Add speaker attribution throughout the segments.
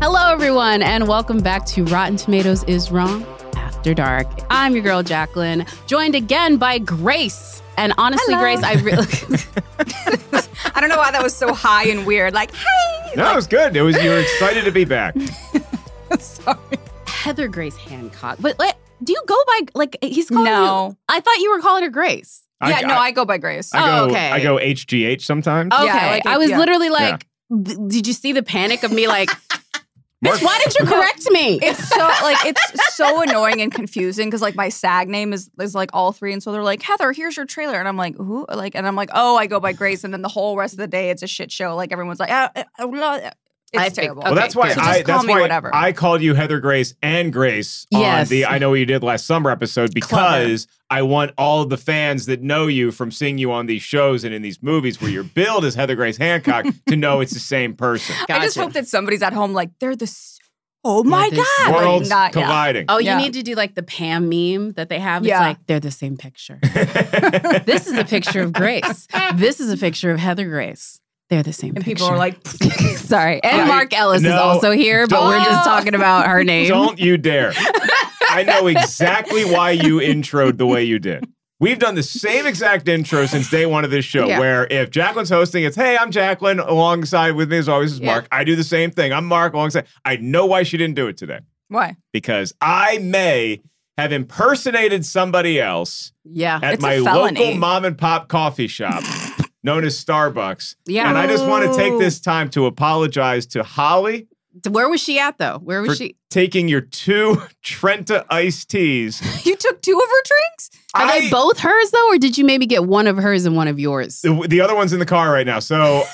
Speaker 1: Hello, everyone, and welcome back to Rotten Tomatoes is Wrong After Dark. I'm your girl, Jacqueline, joined again by Grace. And honestly,
Speaker 2: Hello.
Speaker 1: Grace, I really.
Speaker 2: I don't know why that was so high and weird. Like, hey,
Speaker 3: No, it was good. It was you were excited to be back.
Speaker 2: sorry.
Speaker 1: Heather Grace Hancock. But like, do you go by, like, he's calling
Speaker 2: No.
Speaker 1: you? I thought you were calling her Grace.
Speaker 2: yeah, no,
Speaker 3: I,
Speaker 2: I Oh, go by Grace.
Speaker 1: Oh,
Speaker 3: I go
Speaker 1: okay.
Speaker 3: I go HGH sometimes.
Speaker 1: Okay.
Speaker 2: like it-
Speaker 1: I was
Speaker 2: yeah.
Speaker 1: literally like, th- did you see the panic of me? Like, bitch, why didn't you correct me?
Speaker 2: it's so like it's so annoying and confusing because like my SAG name is is like all three, and so they're like Heather, here's your trailer, and I'm like who like, and I'm like oh, I go by Grace, and then the whole rest of the day it's a shit show. Like everyone's like, ah, ah, ah, blah, ah."
Speaker 1: I
Speaker 2: it's
Speaker 1: think-
Speaker 2: terrible.
Speaker 1: okay,
Speaker 3: well, that's why
Speaker 1: good. So
Speaker 2: just
Speaker 3: I
Speaker 2: call
Speaker 3: that's
Speaker 2: me
Speaker 3: why
Speaker 2: whatever.
Speaker 3: I called you Heather Grace and Grace
Speaker 1: Yes.
Speaker 3: on the I Know What You Did Last Summer episode because I want all of the fans that know you from seeing you on these shows and in these movies where you're billed as Heather Grace Hancock to know it's the same person.
Speaker 2: I just
Speaker 1: Gotcha.
Speaker 2: hope that somebody's at home like they're the s- oh my
Speaker 1: They're the
Speaker 2: god, Like,
Speaker 3: Worlds
Speaker 2: not- yeah.
Speaker 3: colliding.
Speaker 1: Oh, you
Speaker 2: Yeah.
Speaker 1: need to do like the Pam meme that they have.
Speaker 2: Yeah.
Speaker 1: It's like they're the same picture. this is a picture of Grace. This is a picture of Heather Grace. They're the same
Speaker 2: and
Speaker 1: picture.
Speaker 2: people are like,
Speaker 1: sorry. And
Speaker 3: I-
Speaker 1: Mark Ellis is
Speaker 3: No,
Speaker 1: also here, but we're just
Speaker 2: don't-
Speaker 1: talking about her name.
Speaker 3: Don't you dare. I know exactly why you introed the way you did. We've done the same exact intro since day one of this show,
Speaker 2: Yeah.
Speaker 3: where if Jacqueline's hosting, it's, hey, I'm Jacqueline. Alongside with me, as always, is
Speaker 2: Yeah.
Speaker 3: Mark. I do the same thing. I'm Mark alongside. I know why she didn't do it today
Speaker 2: why?
Speaker 3: because I may have impersonated somebody else
Speaker 1: Yeah.
Speaker 3: at
Speaker 2: It's a
Speaker 3: my
Speaker 2: felony.
Speaker 3: local mom and pop coffee shop known as Starbucks.
Speaker 1: Yeah.
Speaker 3: And I just want to take
Speaker 2: Ooh.
Speaker 3: this time to apologize to Holly.
Speaker 1: Where was she at though? Where was
Speaker 3: For-
Speaker 1: she?
Speaker 3: taking your two Trenta iced teas.
Speaker 2: You took two of her drinks?
Speaker 1: Are they
Speaker 3: I-
Speaker 1: both hers though, or did you maybe get one of hers and one of yours?
Speaker 3: The, the other one's in the car right now. So,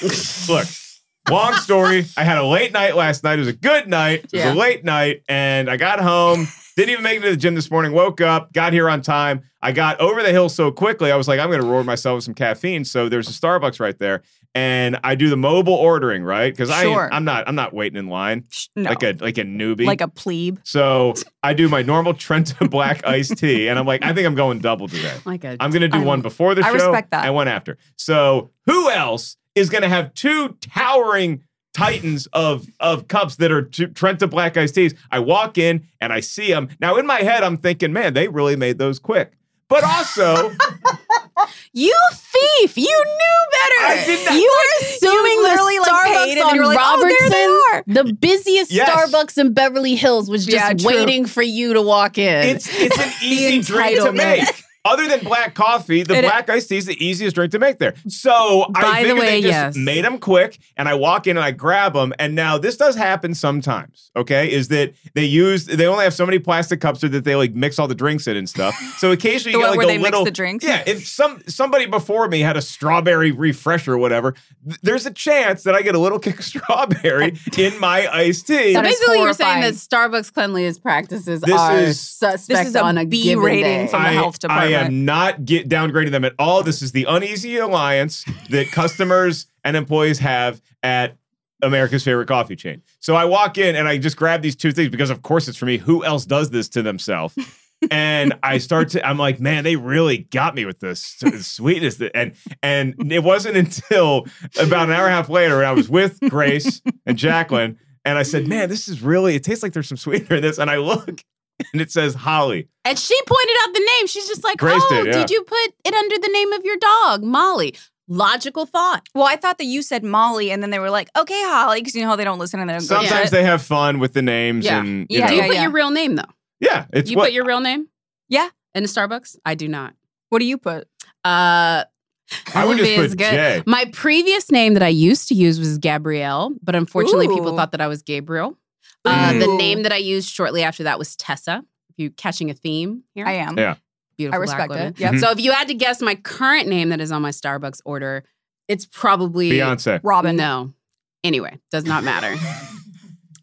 Speaker 3: look, long story. I had a late night last night. It was a good night. It was
Speaker 1: Yeah.
Speaker 3: a late night. And I got home, didn't even make it to the gym this morning. Woke up, got here on time. I got over the hill so quickly, I was like, I'm going to reward myself with some caffeine. So, there's a Starbucks right there. And I do the mobile ordering, right? Because
Speaker 2: Sure.
Speaker 3: I'm not I'm not waiting in line
Speaker 2: Sh- No.
Speaker 3: like a like a newbie.
Speaker 2: like a plebe.
Speaker 3: so I do my normal Trenta black iced tea, and I'm like, I think I'm going double today.
Speaker 1: Like a
Speaker 3: I'm going to do
Speaker 2: I-
Speaker 3: one before the
Speaker 2: I
Speaker 3: show
Speaker 2: respect that.
Speaker 3: and one after. So, who else is going to have two towering titans of of cups that are t- Trenta Black Iced Teas? I walk in and I see them. Now, in my head, I'm thinking, man, they really made those quick. But also,
Speaker 1: You thief! You knew better.
Speaker 3: I did not-
Speaker 1: You were assuming the
Speaker 2: literally, like,
Speaker 1: Starbucks
Speaker 2: paid and
Speaker 1: on
Speaker 2: you were like, "Oh, there
Speaker 1: Robertson,
Speaker 2: they
Speaker 1: the busiest
Speaker 3: Yes.
Speaker 1: Starbucks in Beverly Hills, was
Speaker 2: Yeah,
Speaker 1: just
Speaker 2: true.
Speaker 1: waiting for you to walk in.
Speaker 3: it's it's an easy drink to
Speaker 1: entitlement.
Speaker 3: make. Other than black coffee, the
Speaker 2: It-
Speaker 3: black iced tea is the easiest drink to make there. So
Speaker 1: By
Speaker 3: I
Speaker 1: the
Speaker 3: figured
Speaker 1: way,
Speaker 3: they
Speaker 1: yes.
Speaker 3: just made them quick, and I walk in and I grab them. And now this does happen sometimes. Okay, is that they use they only have so many plastic cups so that they like mix all the drinks in and stuff. So
Speaker 2: The
Speaker 3: occasionally you get
Speaker 2: one
Speaker 3: like
Speaker 2: where
Speaker 3: a
Speaker 2: they mix
Speaker 3: little
Speaker 2: the drinks?
Speaker 3: Yeah, if some somebody before me had a strawberry refresher or whatever, th- there's a chance that I get a little kick of strawberry in my iced tea.
Speaker 1: so
Speaker 2: That is
Speaker 1: basically, you're saying that
Speaker 2: horrifying.
Speaker 1: Starbucks cleanliness practices
Speaker 3: This
Speaker 1: are
Speaker 3: is-
Speaker 1: suspect
Speaker 2: This is a
Speaker 1: on a
Speaker 2: B
Speaker 1: given
Speaker 2: rating
Speaker 1: day.
Speaker 2: from- the health department.
Speaker 3: I am not get downgrading them at all. This is the uneasy alliance that customers and employees have at America's favorite coffee chain. So I walk in and I just grab these two things because, of course, it's for me. Who else does this to themselves? and I start to, I'm like, man, they really got me with this s- sweetness. that- And and it wasn't until about an hour and a half later, when I was with Grace and Jacqueline, And I said, man, this is really, it tastes like there's some sweetener in this. And I look and it says Holly.
Speaker 1: And she pointed out the name. She's just like,
Speaker 3: Grace
Speaker 1: oh,
Speaker 3: did,
Speaker 1: did,
Speaker 3: yeah.
Speaker 1: you put it under the name of your dog, Molly? Logical thought.
Speaker 2: Well, I thought that you said Molly, and then they were like, "Okay, Holly," because you know how they don't listen and they don't. go
Speaker 3: Sometimes
Speaker 2: to it.
Speaker 3: they have fun with the names
Speaker 1: Yeah.
Speaker 3: and
Speaker 1: You
Speaker 3: you know.
Speaker 1: do
Speaker 2: yeah,
Speaker 1: put
Speaker 2: yeah.
Speaker 1: your real name though.
Speaker 3: Yeah, it's
Speaker 1: you
Speaker 3: what
Speaker 1: put your real name?
Speaker 2: Yeah.
Speaker 1: In the Starbucks? I do not.
Speaker 2: What do you put?
Speaker 1: Uh
Speaker 3: I would just
Speaker 1: Olivia is
Speaker 3: put
Speaker 1: good.
Speaker 3: J.
Speaker 1: My previous name that I used to use was Gabrielle, but unfortunately, people
Speaker 2: Ooh.
Speaker 1: thought that I was Gabriel. Uh,
Speaker 3: Mm.
Speaker 1: the
Speaker 2: Ooh.
Speaker 1: name that I used shortly after that was Tessa. If you catching a theme here,
Speaker 2: I am.
Speaker 3: Yeah.
Speaker 1: beautiful
Speaker 2: I
Speaker 1: black
Speaker 2: respect
Speaker 1: women. Mm-hmm.
Speaker 2: it. Yep.
Speaker 3: Mhm.
Speaker 1: So if you had to guess my current name that is on my Starbucks order, it's probably
Speaker 3: Beyonce.
Speaker 2: Robin.
Speaker 1: No. Anyway, does not matter.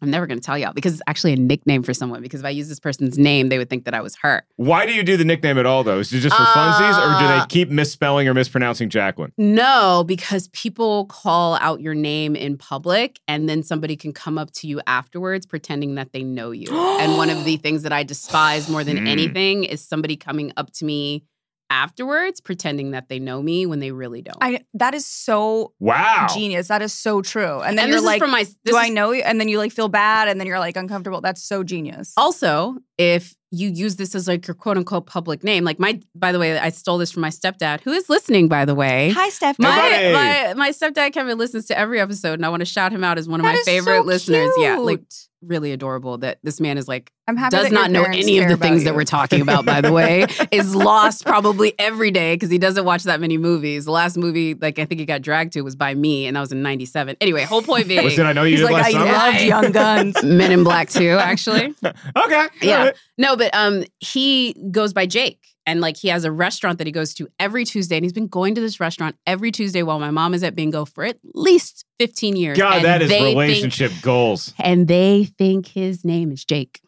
Speaker 1: I'm never going to tell y'all because it's actually a nickname for someone. Because if I use this person's name, they would think that I was her.
Speaker 3: Why do you do the nickname at all, though? Is it just for funsies, or do they
Speaker 1: Uh,
Speaker 3: keep misspelling or mispronouncing Jacqueline?
Speaker 1: No, because people call out your name in public and then somebody can come up to you afterwards pretending that they know you. and one of the things that I despise more than
Speaker 2: Hmm.
Speaker 3: Mm.
Speaker 1: anything is somebody coming up to me afterwards pretending that they know me when they really don't.
Speaker 2: I. That is so
Speaker 3: Wow.
Speaker 2: genius. That is so true. And then
Speaker 1: and
Speaker 2: you're
Speaker 1: this
Speaker 2: like,
Speaker 1: is from my this
Speaker 2: "Do
Speaker 1: is
Speaker 2: I know you?" And then you like feel bad, and then you're like uncomfortable. That's so genius.
Speaker 1: Also, if you use this as like your quote unquote public name, like my, by the way, I stole this from my stepdad who is listening, by the way.
Speaker 2: Hi, Steph.
Speaker 1: My,
Speaker 3: buddy.
Speaker 1: my my stepdad Kevin listens to every episode, and I want to shout him out as one of
Speaker 2: That
Speaker 1: my
Speaker 2: is so
Speaker 1: favorite listeners. Yeah, like
Speaker 2: cute.
Speaker 1: really adorable that this man is like
Speaker 2: I'm happy.
Speaker 1: does
Speaker 2: that your
Speaker 1: not know
Speaker 2: parents
Speaker 1: any of
Speaker 2: care
Speaker 1: the
Speaker 2: about
Speaker 1: things that
Speaker 2: you.
Speaker 1: we're talking about. By the way, is lost probably every day because he doesn't watch that many movies. The last movie, like I think he got dragged to, was by me, and that was in '97. Anyway, whole point being,
Speaker 3: Listen, I know you
Speaker 2: He's
Speaker 3: did
Speaker 2: like, I
Speaker 3: last summer.
Speaker 2: loved Young Guns.
Speaker 1: Men in Black Two, actually.
Speaker 3: Okay.
Speaker 1: Yeah.
Speaker 3: got it.
Speaker 1: No, but um, he goes by Jake, and like he has a restaurant that he goes to every Tuesday, and he's been going to this restaurant every Tuesday while my mom is at bingo for at least fifteen years.
Speaker 3: God,
Speaker 1: and
Speaker 3: that is
Speaker 1: they think-
Speaker 3: relationship goals.
Speaker 1: and they think his name is Jake.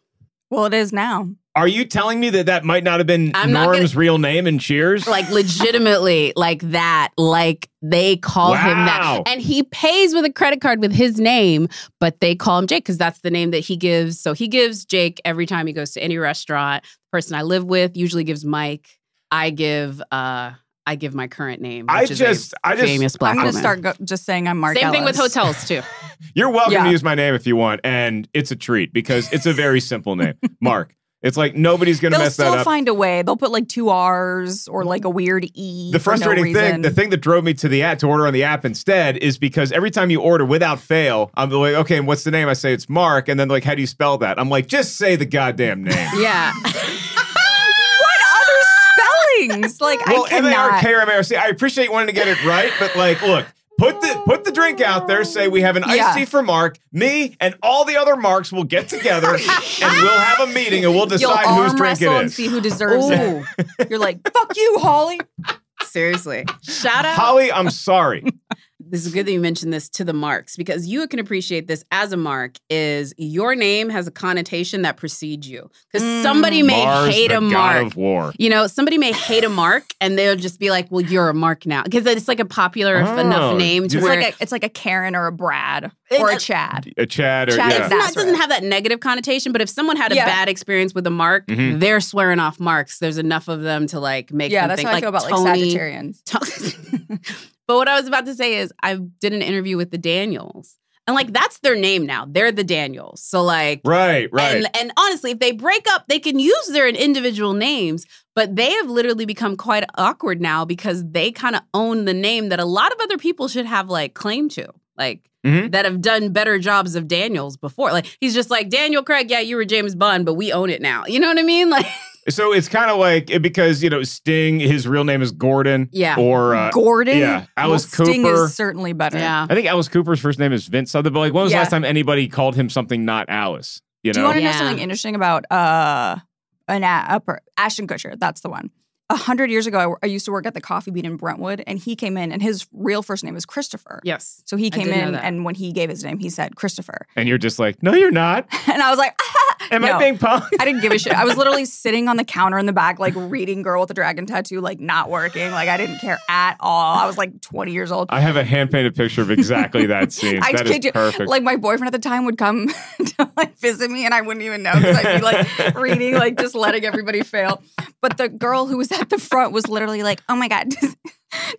Speaker 2: well, it is now.
Speaker 3: Are you telling me that that might not have been
Speaker 1: I'm not
Speaker 3: Norm's real name in Cheers?
Speaker 1: Like legitimately, like that. Like they call him that,
Speaker 3: Wow.
Speaker 1: and he pays with a credit card with his name, but they call him Jake because that's the name that he gives. So he gives Jake every time he goes to any restaurant. The person I live with usually gives Mike. I give. uh I give my current name.
Speaker 3: I
Speaker 1: which is a
Speaker 3: just, I just,
Speaker 1: famous black
Speaker 2: I'm gonna
Speaker 1: woman.
Speaker 2: start go- just saying I'm Mark.
Speaker 1: Same thing with
Speaker 2: Ellis.
Speaker 1: hotels too.
Speaker 3: you're welcome
Speaker 2: Yeah.
Speaker 3: to use my name if you want, and it's a treat because it's a very simple name, Mark. It's like nobody's gonna
Speaker 2: They'll
Speaker 3: mess that
Speaker 2: still
Speaker 3: up.
Speaker 2: find a way. They'll put like two R's or like a weird E.
Speaker 3: the
Speaker 2: for no
Speaker 3: frustrating thing,
Speaker 2: reason.
Speaker 3: the thing that drove me to the app to order on the app instead is because every time you order without fail, I'm like, okay, and what's the name? I say it's Mark, and then like, how do you spell that? I'm like, just say the goddamn name.
Speaker 1: yeah.
Speaker 2: what other spellings? Like
Speaker 3: well,
Speaker 2: I
Speaker 3: M A R
Speaker 2: cannot.
Speaker 3: K or M A R C. I appreciate wanting to get it right, but like, look. Put the put the drink out there. Say we have an iced
Speaker 2: Yeah.
Speaker 3: tea for Mark. Me and all the other Marks will get together and we'll have a meeting and we'll
Speaker 2: You'll
Speaker 3: decide whose
Speaker 2: arm
Speaker 3: drink it
Speaker 2: wrestle and
Speaker 3: is.
Speaker 2: see who deserves it. You're like, fuck you, Holly.
Speaker 1: Seriously. Shout out.
Speaker 3: Holly, I'm sorry.
Speaker 1: This is good that you mentioned this to the marks because you can appreciate this as a mark is your name has a connotation that precedes you. Because
Speaker 2: Mm.
Speaker 1: somebody may
Speaker 3: Mars,
Speaker 1: hate
Speaker 3: the
Speaker 1: a
Speaker 3: god
Speaker 1: mark.
Speaker 3: of war.
Speaker 1: You know, somebody may hate a mark and they'll just be like, well, you're a mark now. Because it's like a popular
Speaker 3: Oh,
Speaker 1: enough name to
Speaker 3: you
Speaker 2: It's
Speaker 1: where
Speaker 2: like a, it's like a Karen or a Brad
Speaker 1: It-
Speaker 2: or a Chad.
Speaker 3: A Uh, Chad or
Speaker 2: Chad
Speaker 3: yeah.
Speaker 2: is
Speaker 1: it's not, it
Speaker 2: That's right.
Speaker 1: doesn't have that negative connotation, but if someone had a
Speaker 2: Yeah.
Speaker 1: bad experience with a mark,
Speaker 3: Mhm.
Speaker 1: they're swearing off marks. There's enough of them to like make
Speaker 2: Yeah,
Speaker 1: them
Speaker 2: that's
Speaker 1: think
Speaker 2: how I
Speaker 1: like
Speaker 2: feel about like
Speaker 1: Tony,
Speaker 2: Sagittarians.
Speaker 1: Tony- but what I was about to say is I did an interview with the Daniels. And like that's their name now. They're the Daniels. So like
Speaker 3: Right, right.
Speaker 1: and, and honestly, if they break up, they can use their individual names, but they have literally become quite awkward now because they kind of own the name that a lot of other people should have like claim to, like
Speaker 3: Mhm.
Speaker 1: that have done better jobs of Daniels before. Like he's just like Daniel Craig, yeah, you were James Bond, but we own it now. You know what I mean? Like
Speaker 3: So it's kind of like it- because you know Sting, his real name is Gordon.
Speaker 1: Yeah.
Speaker 3: Or uh,
Speaker 2: Gordon.
Speaker 3: yeah, Alice
Speaker 2: well, Sting
Speaker 3: Cooper.
Speaker 2: is certainly better.
Speaker 3: I think Alice Cooper's first name is Vince something. But like, when was the
Speaker 2: Yeah.
Speaker 3: last time anybody called him something not Alice? You
Speaker 2: Do
Speaker 3: know,
Speaker 2: you want to
Speaker 1: Yeah.
Speaker 2: know something interesting about uh an a, a per- Ashton Kutcher? That's the one. A hundred years ago, I, w- I used to work at the Coffee Bean in Brentwood, and he came in, and his real first name was Christopher.
Speaker 1: Yes.
Speaker 2: So he came
Speaker 1: did know
Speaker 2: in,
Speaker 1: that.
Speaker 2: and when he gave his name, he said Christopher,
Speaker 3: and you're just like, no, you're not.
Speaker 2: and I was like,
Speaker 3: Am
Speaker 2: No.
Speaker 3: I being punked?
Speaker 2: I didn't give a shit. I was literally sitting on the counter in the back, like reading "Girl with the Dragon Tattoo," like not working. Like I didn't care at all. I was like 20 years old.
Speaker 3: I have a hand painted picture of exactly that scene.
Speaker 2: I
Speaker 3: That is
Speaker 2: kid you.
Speaker 3: perfect.
Speaker 2: Like my boyfriend at the time would come to like visit me, and I wouldn't even know because I'd be like reading, like just letting everybody fail. But the girl who was at the front was literally like, "Oh my god, does,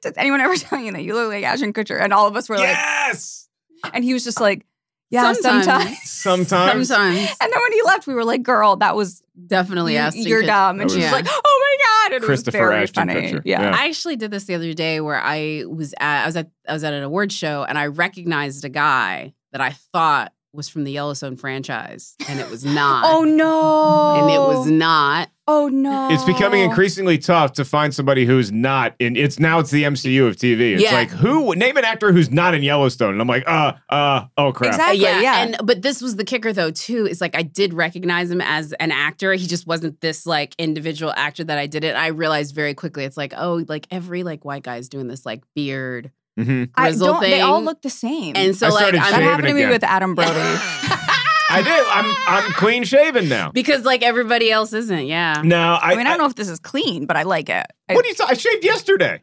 Speaker 2: does anyone ever tell you that you look like Ashton Kutcher?" And all of us were
Speaker 3: yes.
Speaker 2: like, and he was just like, Yeah,
Speaker 1: Sometimes.
Speaker 2: sometimes.
Speaker 3: Sometimes.
Speaker 1: Sometimes.
Speaker 2: And then when he left, we were like, "Girl, that was
Speaker 1: Definitely
Speaker 2: you,
Speaker 1: Ashton
Speaker 2: you're
Speaker 1: Kutcher.
Speaker 2: dumb," and she
Speaker 1: Yeah.
Speaker 2: was like, "Oh my god!" And
Speaker 3: Christopher
Speaker 2: it was very
Speaker 3: Ashton
Speaker 2: funny.
Speaker 3: Kutcher.
Speaker 2: Yeah.
Speaker 3: Yeah.
Speaker 1: I actually did this the other day where I was at I was at I was at an award show and I recognized a guy that I thought was from the Yellowstone franchise and it was not.
Speaker 2: Oh no.
Speaker 1: And it was not.
Speaker 2: Oh no.
Speaker 3: It's becoming increasingly tough to find somebody who's not in. It's now it's the MCU of TV. It's
Speaker 1: Yeah.
Speaker 3: like who name an actor who's not in Yellowstone, and I'm like, uh, uh, oh crap.
Speaker 2: Exactly. Yeah.
Speaker 1: And but this was the kicker though too. Is like I did recognize him as an actor. He just wasn't this like individual actor that I did it. I realized very quickly it's like oh like every like white guy is doing this like beard
Speaker 3: Mhm.
Speaker 2: I
Speaker 1: grizzle
Speaker 2: don't.
Speaker 1: thing.
Speaker 2: They all look the same.
Speaker 1: and so
Speaker 3: I
Speaker 1: like
Speaker 3: started
Speaker 2: that
Speaker 3: shaving
Speaker 2: happened to me
Speaker 3: again.
Speaker 2: with Adam Brody.
Speaker 3: I do. I'm I'm clean shaven now.
Speaker 1: because like everybody else isn't. Yeah.
Speaker 3: No, I,
Speaker 2: I, mean, I don't know if this is clean, but I like it. I,
Speaker 3: What do you? T- I shaved yesterday.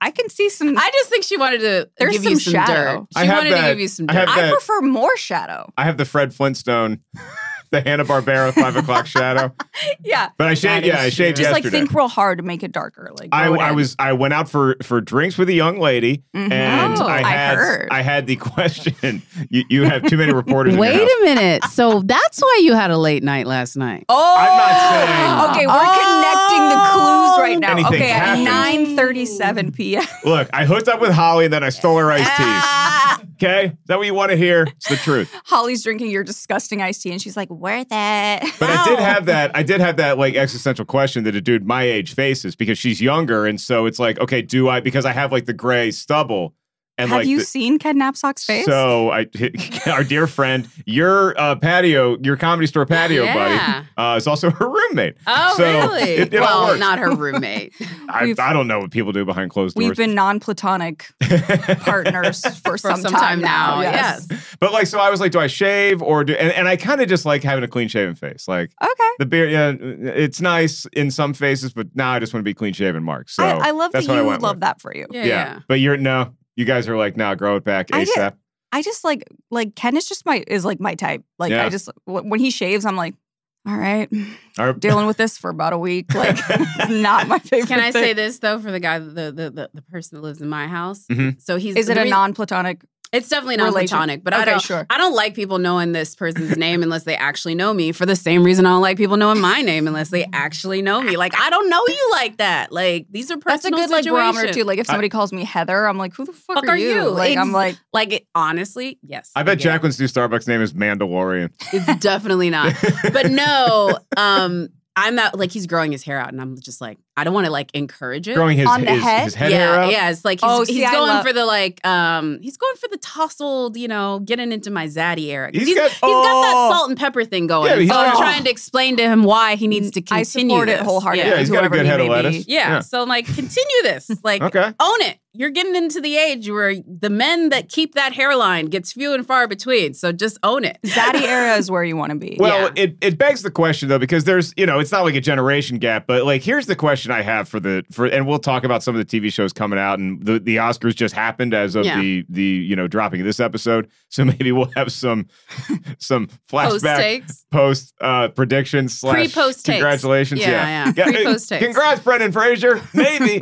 Speaker 2: I can see some.
Speaker 1: I just think she wanted to
Speaker 2: There's
Speaker 1: give
Speaker 2: some
Speaker 1: you some
Speaker 2: shadow.
Speaker 1: dirt. She
Speaker 3: I have
Speaker 1: wanted
Speaker 3: that-
Speaker 1: to give you some
Speaker 3: I
Speaker 1: dirt.
Speaker 3: have
Speaker 2: I
Speaker 3: that-
Speaker 2: prefer more shadow.
Speaker 3: I have the Fred Flintstone, the Hanna Barbera five o'clock shadow.
Speaker 2: Yeah.
Speaker 3: But I
Speaker 1: That
Speaker 3: shaved. Yeah,
Speaker 1: is
Speaker 3: I shaved
Speaker 1: true.
Speaker 2: Just like
Speaker 3: yesterday.
Speaker 2: think real hard to make it darker. Like
Speaker 3: I,
Speaker 2: grow it
Speaker 3: I
Speaker 2: in.
Speaker 3: was I went out for for drinks with a young lady
Speaker 2: Mhm.
Speaker 3: and
Speaker 1: Oh,
Speaker 3: I
Speaker 2: I
Speaker 3: had
Speaker 2: heard.
Speaker 3: I had the question. You, you have too many reporters. in your
Speaker 1: Wait
Speaker 3: house.
Speaker 1: a minute. So that's why you had a late night last night.
Speaker 2: Oh,
Speaker 3: I'm not saying-
Speaker 2: Okay, we're connecting the clues right now.
Speaker 3: Anything
Speaker 2: okay,
Speaker 3: happens.
Speaker 2: at nine thirty-seven p.m.
Speaker 3: Look, I hooked up with Holly and then I stole her iced teas. Okay? Is that what you want to hear? It's the truth.
Speaker 2: Holly's drinking your disgusting iced tea, and she's like, "Worth it."
Speaker 3: But I did have that I did have that like existential question that a dude my age faces because she's younger and so it's like, okay, do I because I have like the gray stubble and
Speaker 2: Have
Speaker 3: like
Speaker 2: you
Speaker 3: the-
Speaker 2: seen Ken Knapsack's face?
Speaker 3: So I, our dear friend, your uh, patio, your comedy store patio
Speaker 1: Yeah.
Speaker 3: buddy, uh, is also her roommate.
Speaker 1: Oh,
Speaker 3: So,
Speaker 1: really?
Speaker 3: it- it all
Speaker 1: well,
Speaker 3: works.
Speaker 1: not her roommate.
Speaker 3: I,
Speaker 2: We've-
Speaker 3: I don't know what people do behind closed
Speaker 2: We've
Speaker 3: doors.
Speaker 2: been non-platonic partners for,
Speaker 1: For some time now, yes.
Speaker 3: but like, so I was like, do I shave or do? And, and I kind of just like having a clean shaven face. Like
Speaker 2: Okay.
Speaker 3: the beard, yeah, it's nice in some faces, but now I just want to be clean shaven, Mark. So
Speaker 2: I, I love that
Speaker 3: that's
Speaker 2: you
Speaker 3: what I went
Speaker 2: love
Speaker 3: with.
Speaker 2: that for you.
Speaker 1: Yeah,
Speaker 3: Yeah.
Speaker 1: yeah.
Speaker 3: but you're no, you guys are like, nah, grow it back
Speaker 2: I did-
Speaker 3: ASAP.
Speaker 2: I just like like Ken is just my is like my type. Like
Speaker 3: Yeah.
Speaker 2: I just wh- when he shaves, I'm like, all right,
Speaker 3: Or-
Speaker 2: dealing with this for about a week. Like it's not my favorite.
Speaker 1: Can I say
Speaker 2: thing.
Speaker 1: this though for the guy, the the the, the person that lives in my house?
Speaker 3: Mhm.
Speaker 1: So he's
Speaker 2: Is it
Speaker 1: the
Speaker 2: a
Speaker 1: reas-
Speaker 2: non-platonic?
Speaker 1: It's definitely not
Speaker 2: relation?
Speaker 1: platonic, but I
Speaker 2: Okay,
Speaker 1: don't.
Speaker 2: sure.
Speaker 1: I don't like people knowing this person's name unless they actually know me. For the same reason, I don't like people knowing my name unless they actually know me. Like I don't know you like that. Like these are
Speaker 2: That's a
Speaker 1: personal
Speaker 2: good like barometer
Speaker 1: situations.
Speaker 2: too. Like if somebody calls me Heather, I'm like, who the fuck,
Speaker 1: Fuck are you?
Speaker 2: Like I'm
Speaker 1: Ex-
Speaker 2: like,
Speaker 1: Like it, honestly, yes.
Speaker 3: I bet
Speaker 1: get it.
Speaker 3: Jacqueline's new Starbucks name is Mandalorian.
Speaker 1: It's definitely not. But no, um, I'm not like he's growing his hair out, and I'm just like I don't want to like encourage it.
Speaker 3: Growing his
Speaker 2: On the
Speaker 3: his,
Speaker 2: head?
Speaker 3: his head
Speaker 1: yeah,
Speaker 3: hair up.
Speaker 1: yeah. It's like he's,
Speaker 2: Oh,
Speaker 1: he's
Speaker 2: see, I
Speaker 1: going
Speaker 2: love-
Speaker 1: for the like, um, he's going for the tousled, you know, getting into my zaddy era. 'Cause
Speaker 3: He's
Speaker 1: he's
Speaker 3: got-
Speaker 1: he's got
Speaker 3: oh.
Speaker 1: that salt and pepper thing going.
Speaker 3: Yeah, he's
Speaker 1: so I'm
Speaker 3: got-
Speaker 1: trying to explain to him why he needs to continue.
Speaker 2: I support
Speaker 1: this.
Speaker 2: it wholeheartedly.
Speaker 3: Yeah,
Speaker 1: Yeah.
Speaker 3: he's got a
Speaker 2: whoever
Speaker 3: good
Speaker 2: he
Speaker 3: head of
Speaker 2: may be.
Speaker 3: lettuce.
Speaker 1: Yeah.
Speaker 3: Yeah.
Speaker 1: So I'm like, continue this. Like,
Speaker 3: Okay.
Speaker 1: own it. You're getting into the age where the men that keep that hairline gets few and far between. So just own it.
Speaker 2: Zaddy era is where you want to be.
Speaker 3: Well,
Speaker 1: Yeah.
Speaker 3: it, it begs the question though, because there's you know it's not like a generation gap, but like here's the question I have for the for and we'll talk about some of the TV shows coming out and the, the Oscars just happened as of
Speaker 1: Yeah.
Speaker 3: the the you know dropping of this episode, so maybe we'll have some some
Speaker 1: Post
Speaker 3: flashback
Speaker 1: takes.
Speaker 3: post uh predictions slash
Speaker 1: Pre-post takes.
Speaker 3: congratulations
Speaker 1: Yeah, yeah. Pre-post takes.
Speaker 3: congrats Brendan Fraser maybe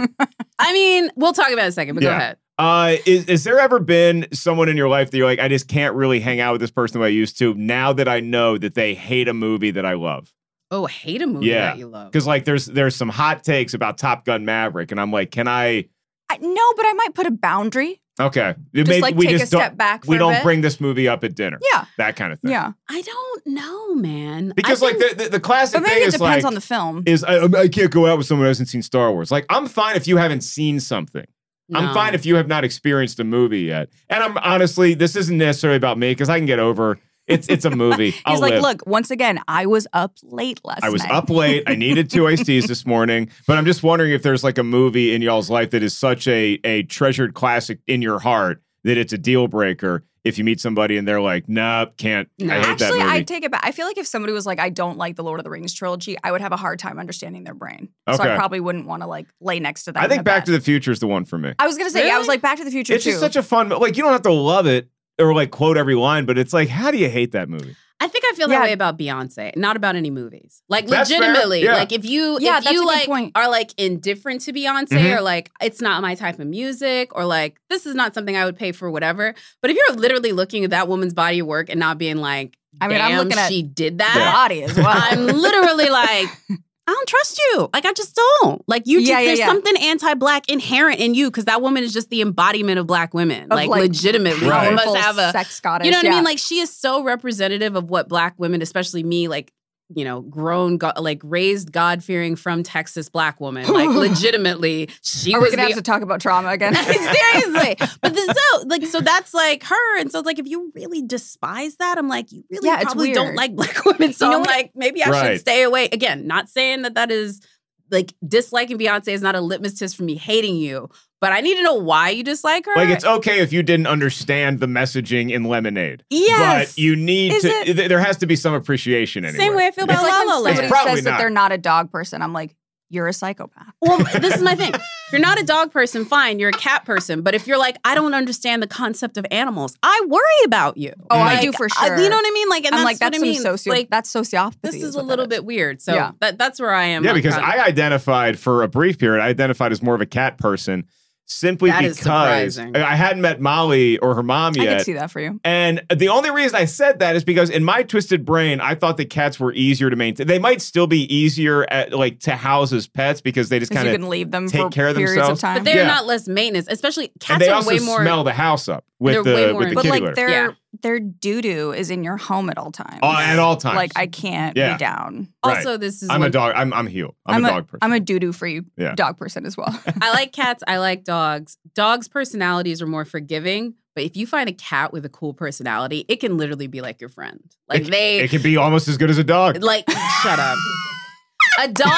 Speaker 1: I mean, we'll talk about it in a second, but
Speaker 3: Yeah.
Speaker 1: go ahead.
Speaker 3: Uh, is is there ever been someone in your life that you're like, I just can't really hang out with this person the way I used to now that I know that they hate a movie that I love?
Speaker 1: Oh, hate a movie
Speaker 3: Yeah.
Speaker 1: that you love.
Speaker 3: Because like there's there's some hot takes about Top Gun Maverick, and I'm like, can I?
Speaker 2: I, no, but I might put a boundary.
Speaker 3: Okay,
Speaker 2: Just like take a
Speaker 3: don't,
Speaker 2: step back. For
Speaker 3: we
Speaker 2: a
Speaker 3: don't
Speaker 2: bit.
Speaker 3: bring this movie up at dinner.
Speaker 2: Yeah.
Speaker 3: that kind of thing.
Speaker 2: Yeah.
Speaker 1: I don't know, man. I
Speaker 3: because like
Speaker 1: think-
Speaker 3: the, the the classic
Speaker 2: But
Speaker 3: thing
Speaker 2: maybe it
Speaker 3: is
Speaker 2: depends
Speaker 3: like
Speaker 2: on the film.
Speaker 3: is I, I can't go out with someone who hasn't seen Star Wars. Like I'm fine if you haven't seen something. I'm
Speaker 1: No.
Speaker 3: fine if you have not experienced a movie yet. And I'm honestly, this isn't necessarily about me because I can get over. It's it's a movie.
Speaker 2: He's
Speaker 3: I'll
Speaker 2: like,
Speaker 3: live.
Speaker 2: look, once again, I was up late last night.
Speaker 3: I was up late. I needed two iced teas this morning, but I'm just wondering if there's like a movie in y'all's life that is such a a treasured classic in your heart that it's a deal breaker if you meet somebody and they're like, "Nope, can't.
Speaker 1: No.
Speaker 3: I hate that
Speaker 2: Actually,
Speaker 3: movie."
Speaker 2: I take it back. I feel like if somebody was like, I don't like the Lord of the Rings trilogy, I would have a hard time understanding their brain. So
Speaker 3: Okay.
Speaker 2: I probably wouldn't want to like lay next to them.
Speaker 3: I think Back to
Speaker 2: the
Speaker 3: the Future is the one for me.
Speaker 2: I was gonna say, yeah, I was like Back to the Future
Speaker 3: It's
Speaker 2: too.
Speaker 3: just such a fun. Like you don't have to love it or like quote every line, but it's like, how do you hate that movie?
Speaker 1: I think I feel that
Speaker 2: Yeah.
Speaker 1: way about Beyonce, not about any movies. Like
Speaker 3: That's fair.
Speaker 1: legitimately,
Speaker 3: Yeah.
Speaker 1: like if you
Speaker 2: Yeah,
Speaker 1: if
Speaker 2: that's a
Speaker 1: you
Speaker 2: good
Speaker 1: like
Speaker 2: point.
Speaker 1: are like indifferent to Beyonce
Speaker 3: Mhm.
Speaker 1: or like it's not my type of music or like this is not something I would pay for whatever. But if you're literally looking at that woman's body of work and not being like,
Speaker 2: I mean, I'm
Speaker 1: damn,
Speaker 2: looking at-
Speaker 1: she did that.
Speaker 3: Yeah.
Speaker 2: body as well.
Speaker 1: I'm literally like, I don't trust you. Like I just don't. Like you just
Speaker 2: Yeah, yeah,
Speaker 1: there's
Speaker 2: yeah.
Speaker 1: something anti-black inherent in you because that woman is just the embodiment of black women. like, legitimately,
Speaker 3: Right.
Speaker 1: you must
Speaker 2: powerful
Speaker 1: have a
Speaker 2: sex goddess.
Speaker 1: you know what
Speaker 2: yeah.
Speaker 1: I mean? Like she is so representative of what black women, especially me, like, you know, grown, go- like raised God fearing from Texas black woman. Like legitimately, she
Speaker 2: Are we
Speaker 1: was
Speaker 2: gonna
Speaker 1: the
Speaker 2: have to talk about trauma again?
Speaker 1: Seriously. But the, so like so that's like her. And so it's like if you really despise that, I'm like, you really
Speaker 2: Yeah, it's
Speaker 1: probably don't
Speaker 2: weird.
Speaker 1: like black women. So
Speaker 2: You know
Speaker 1: I'm
Speaker 2: what?
Speaker 1: like, maybe I
Speaker 3: Right.
Speaker 1: should stay away. Again, not saying that that is like disliking Beyonce is not a litmus test for me hating you, but I need to know why you dislike her.
Speaker 3: Like it's okay if you didn't understand the messaging in Lemonade.
Speaker 1: yes.
Speaker 3: But you need
Speaker 2: Is
Speaker 3: to.
Speaker 2: it-
Speaker 3: th- there has to be some appreciation anyway.
Speaker 1: Same way I feel
Speaker 2: It's
Speaker 1: about
Speaker 2: like
Speaker 1: La
Speaker 2: when
Speaker 1: La Land.
Speaker 2: somebody
Speaker 3: It's probably
Speaker 2: says that
Speaker 3: not.
Speaker 2: they're not a dog person. I'm like, you're a psychopath.
Speaker 1: Well, this is my thing. If you're not a dog person, fine. You're a cat person. But if you're like, I don't understand the concept of animals, I worry about you.
Speaker 2: Oh, I
Speaker 1: Like,
Speaker 2: do for
Speaker 1: I-
Speaker 2: sure.
Speaker 1: you know what I mean? Like, and that's
Speaker 2: I'm like, that's
Speaker 1: what I
Speaker 2: some
Speaker 1: mean.
Speaker 2: socio.
Speaker 1: Like,
Speaker 2: that's sociopathy.
Speaker 1: this is a
Speaker 2: what that
Speaker 1: little bit weird. So
Speaker 2: Yeah.
Speaker 1: that, that's where I am.
Speaker 3: Yeah,
Speaker 1: on
Speaker 3: because
Speaker 1: Connie.
Speaker 3: I identified for a brief period. I identified as more of a cat person simply
Speaker 1: That is
Speaker 3: because
Speaker 1: surprising.
Speaker 3: I I hadn't met Molly or her mom
Speaker 2: I could
Speaker 3: yet.
Speaker 2: see that for you.
Speaker 3: And the only reason I said that is because in my twisted brain, I thought that cats were easier to maintain. They might still be easier at like to house as pets because they just
Speaker 2: Because you
Speaker 3: kind
Speaker 2: can
Speaker 3: of
Speaker 2: leave them
Speaker 3: take
Speaker 2: for
Speaker 3: care of
Speaker 2: periods of
Speaker 3: themselves.
Speaker 2: time.
Speaker 1: but they're
Speaker 3: Yeah.
Speaker 1: not less maintenance, especially
Speaker 3: and
Speaker 1: cats
Speaker 3: they
Speaker 1: are
Speaker 3: also
Speaker 1: way more.
Speaker 3: smell the house up with
Speaker 1: they're
Speaker 3: the
Speaker 1: way more
Speaker 3: with the
Speaker 1: in- But,
Speaker 3: kitty
Speaker 2: like
Speaker 3: litter
Speaker 2: their
Speaker 1: Yeah.
Speaker 2: their doo doo is in your home at all times.
Speaker 3: Oh, at all times.
Speaker 2: Like I can't
Speaker 3: Yeah.
Speaker 2: be down.
Speaker 3: Right.
Speaker 1: also, this is
Speaker 3: I'm a
Speaker 1: when-
Speaker 3: dog. I'm I'm heel. I'm, a, dog person.
Speaker 2: I'm a doo doo free
Speaker 3: Yeah.
Speaker 2: dog person as well.
Speaker 1: I like cats. I like dogs. Dogs' personalities are more forgiving. But if you find a cat with a cool personality, it can literally be like your friend. Like they
Speaker 3: it can be almost as good as a dog.
Speaker 1: Like, shut up. A dog,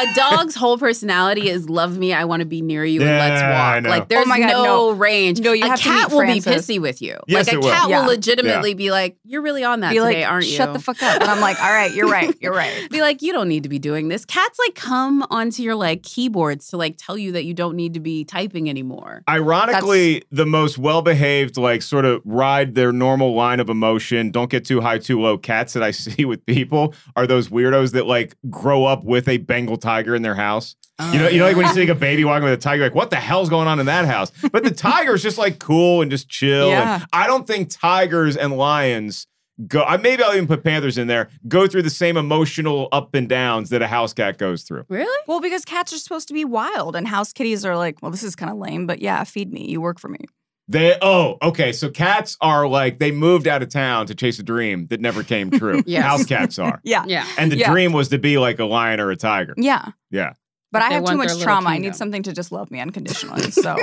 Speaker 1: a dog's whole personality is love me, I want to be near you,
Speaker 3: Yeah,
Speaker 1: and let's
Speaker 3: I know.
Speaker 1: walk. Like, there's
Speaker 2: Oh my God,
Speaker 1: no,
Speaker 2: no.
Speaker 1: range.
Speaker 2: No, you
Speaker 1: a
Speaker 2: have to
Speaker 1: cat
Speaker 2: meet
Speaker 1: will be
Speaker 2: Francis.
Speaker 1: pissy with you.
Speaker 3: Yes,
Speaker 1: like, a
Speaker 3: it will.
Speaker 1: cat
Speaker 2: Yeah.
Speaker 1: will legitimately be like, "You're really on that
Speaker 2: be
Speaker 1: today,
Speaker 2: like,
Speaker 1: aren't you?"
Speaker 2: shut the fuck up. And I'm like, all right, you're right, you're right.
Speaker 1: be like, "You don't need to be doing this." Cats like come onto your like keyboards to like tell you that you don't need to be typing anymore.
Speaker 3: Ironically, the most well behaved, like sort of ride their normal line of emotion, don't get too high, too low cats that I see with people are those weirdos that like grow up with a Bengal tiger in their house. You know, you know, like when you see like a baby walking with a tiger, like what the hell's going on in that house? But the tiger's just like cool and just chill.
Speaker 2: Yeah.
Speaker 3: And I don't think tigers and lions go. I maybe I'll even put panthers in there. Go through the same emotional up and downs that a house cat goes through.
Speaker 1: really?
Speaker 2: Well, because cats are supposed to be wild and house kitties are like, well, this is kind of lame, but yeah, feed me. You work for me.
Speaker 3: They oh okay so cats are like they moved out of town to chase a dream that never came true.
Speaker 1: Yes.
Speaker 3: House cats are,
Speaker 2: Yeah.
Speaker 1: Yeah.
Speaker 3: and the
Speaker 2: Yeah.
Speaker 3: dream was to be like a lion or a tiger.
Speaker 2: Yeah.
Speaker 3: Yeah.
Speaker 2: But
Speaker 1: But
Speaker 2: I
Speaker 1: they
Speaker 2: have too
Speaker 1: want their
Speaker 2: much
Speaker 1: little
Speaker 2: trauma. I
Speaker 1: kingdom.
Speaker 2: need something to just love me unconditionally. So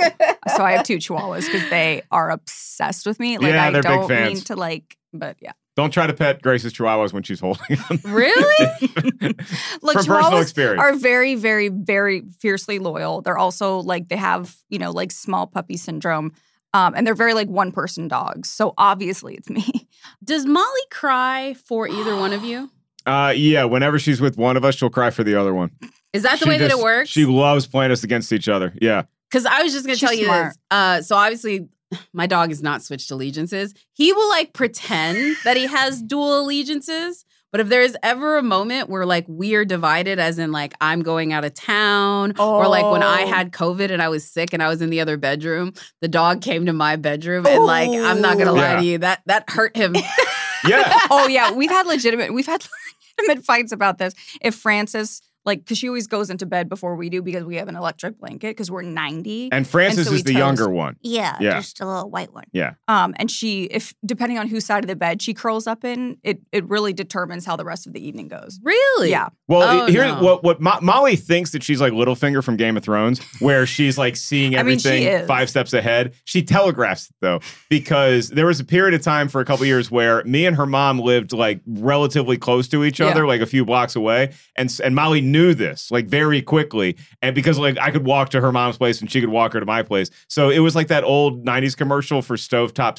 Speaker 2: so I have two chihuahuas because they are obsessed with me. Like
Speaker 3: Yeah,
Speaker 2: I
Speaker 3: they're big
Speaker 2: don't
Speaker 3: fans.
Speaker 2: mean to like but yeah.
Speaker 3: Don't try to pet Grace's chihuahuas when she's holding them.
Speaker 1: Really?
Speaker 2: Like
Speaker 3: From personal
Speaker 2: chihuahuas
Speaker 3: experience,
Speaker 2: are very, very, very fiercely loyal. They're also like they have, you know, like small puppy syndrome. Um, and they're very like one person dogs. So obviously it's me.
Speaker 1: Does Molly cry for either one of you?
Speaker 3: uh, yeah. Whenever she's with one of us, she'll cry for the other one.
Speaker 1: Is that the
Speaker 3: She
Speaker 1: way that
Speaker 3: just-
Speaker 1: it works?
Speaker 3: She loves playing us against each other. Yeah.
Speaker 1: Because I was just gonna
Speaker 2: She's
Speaker 1: tell you
Speaker 2: smart.
Speaker 1: this. Uh, so obviously, my dog has not switched allegiances. He will like pretend that he has dual allegiances. But if there is ever a moment where like we are divided, as in like I'm going out of town, or like when I
Speaker 2: Oh.
Speaker 1: had COVID and I was sick and I was in the other bedroom, the dog came to my bedroom and like I'm not gonna lie
Speaker 3: Yeah.
Speaker 1: to you, that that hurt him.
Speaker 3: Yeah.
Speaker 2: oh yeah, we've had legitimate we've had legitimate fights about this. If Frances like because she always goes into bed before we do because we have an electric blanket because we're 90
Speaker 3: And Francis
Speaker 2: And so
Speaker 3: is
Speaker 2: we
Speaker 3: the
Speaker 2: toast.
Speaker 3: younger one.
Speaker 4: Yeah,
Speaker 3: Yeah.
Speaker 4: just a little white one.
Speaker 2: um and she if depending on whose side of the bed she curls up in it it really determines how the rest of the evening goes
Speaker 1: really?
Speaker 2: yeah
Speaker 3: Well,
Speaker 1: Oh,
Speaker 3: here's
Speaker 1: no.
Speaker 3: what what Mo- Molly thinks that she's like Littlefinger from Game of Thrones, where she's like seeing
Speaker 2: I mean, she
Speaker 3: everything
Speaker 2: is.
Speaker 3: five steps ahead. She telegraphs it though, because there was a period of time for a couple years where me and her mom lived like relatively close to each
Speaker 2: Yeah.
Speaker 3: other, like a few blocks away, and s- and Molly knew this like very quickly, and because like I could walk to her mom's place and she could walk her to my place, so it was like that old '90s commercial for stovetop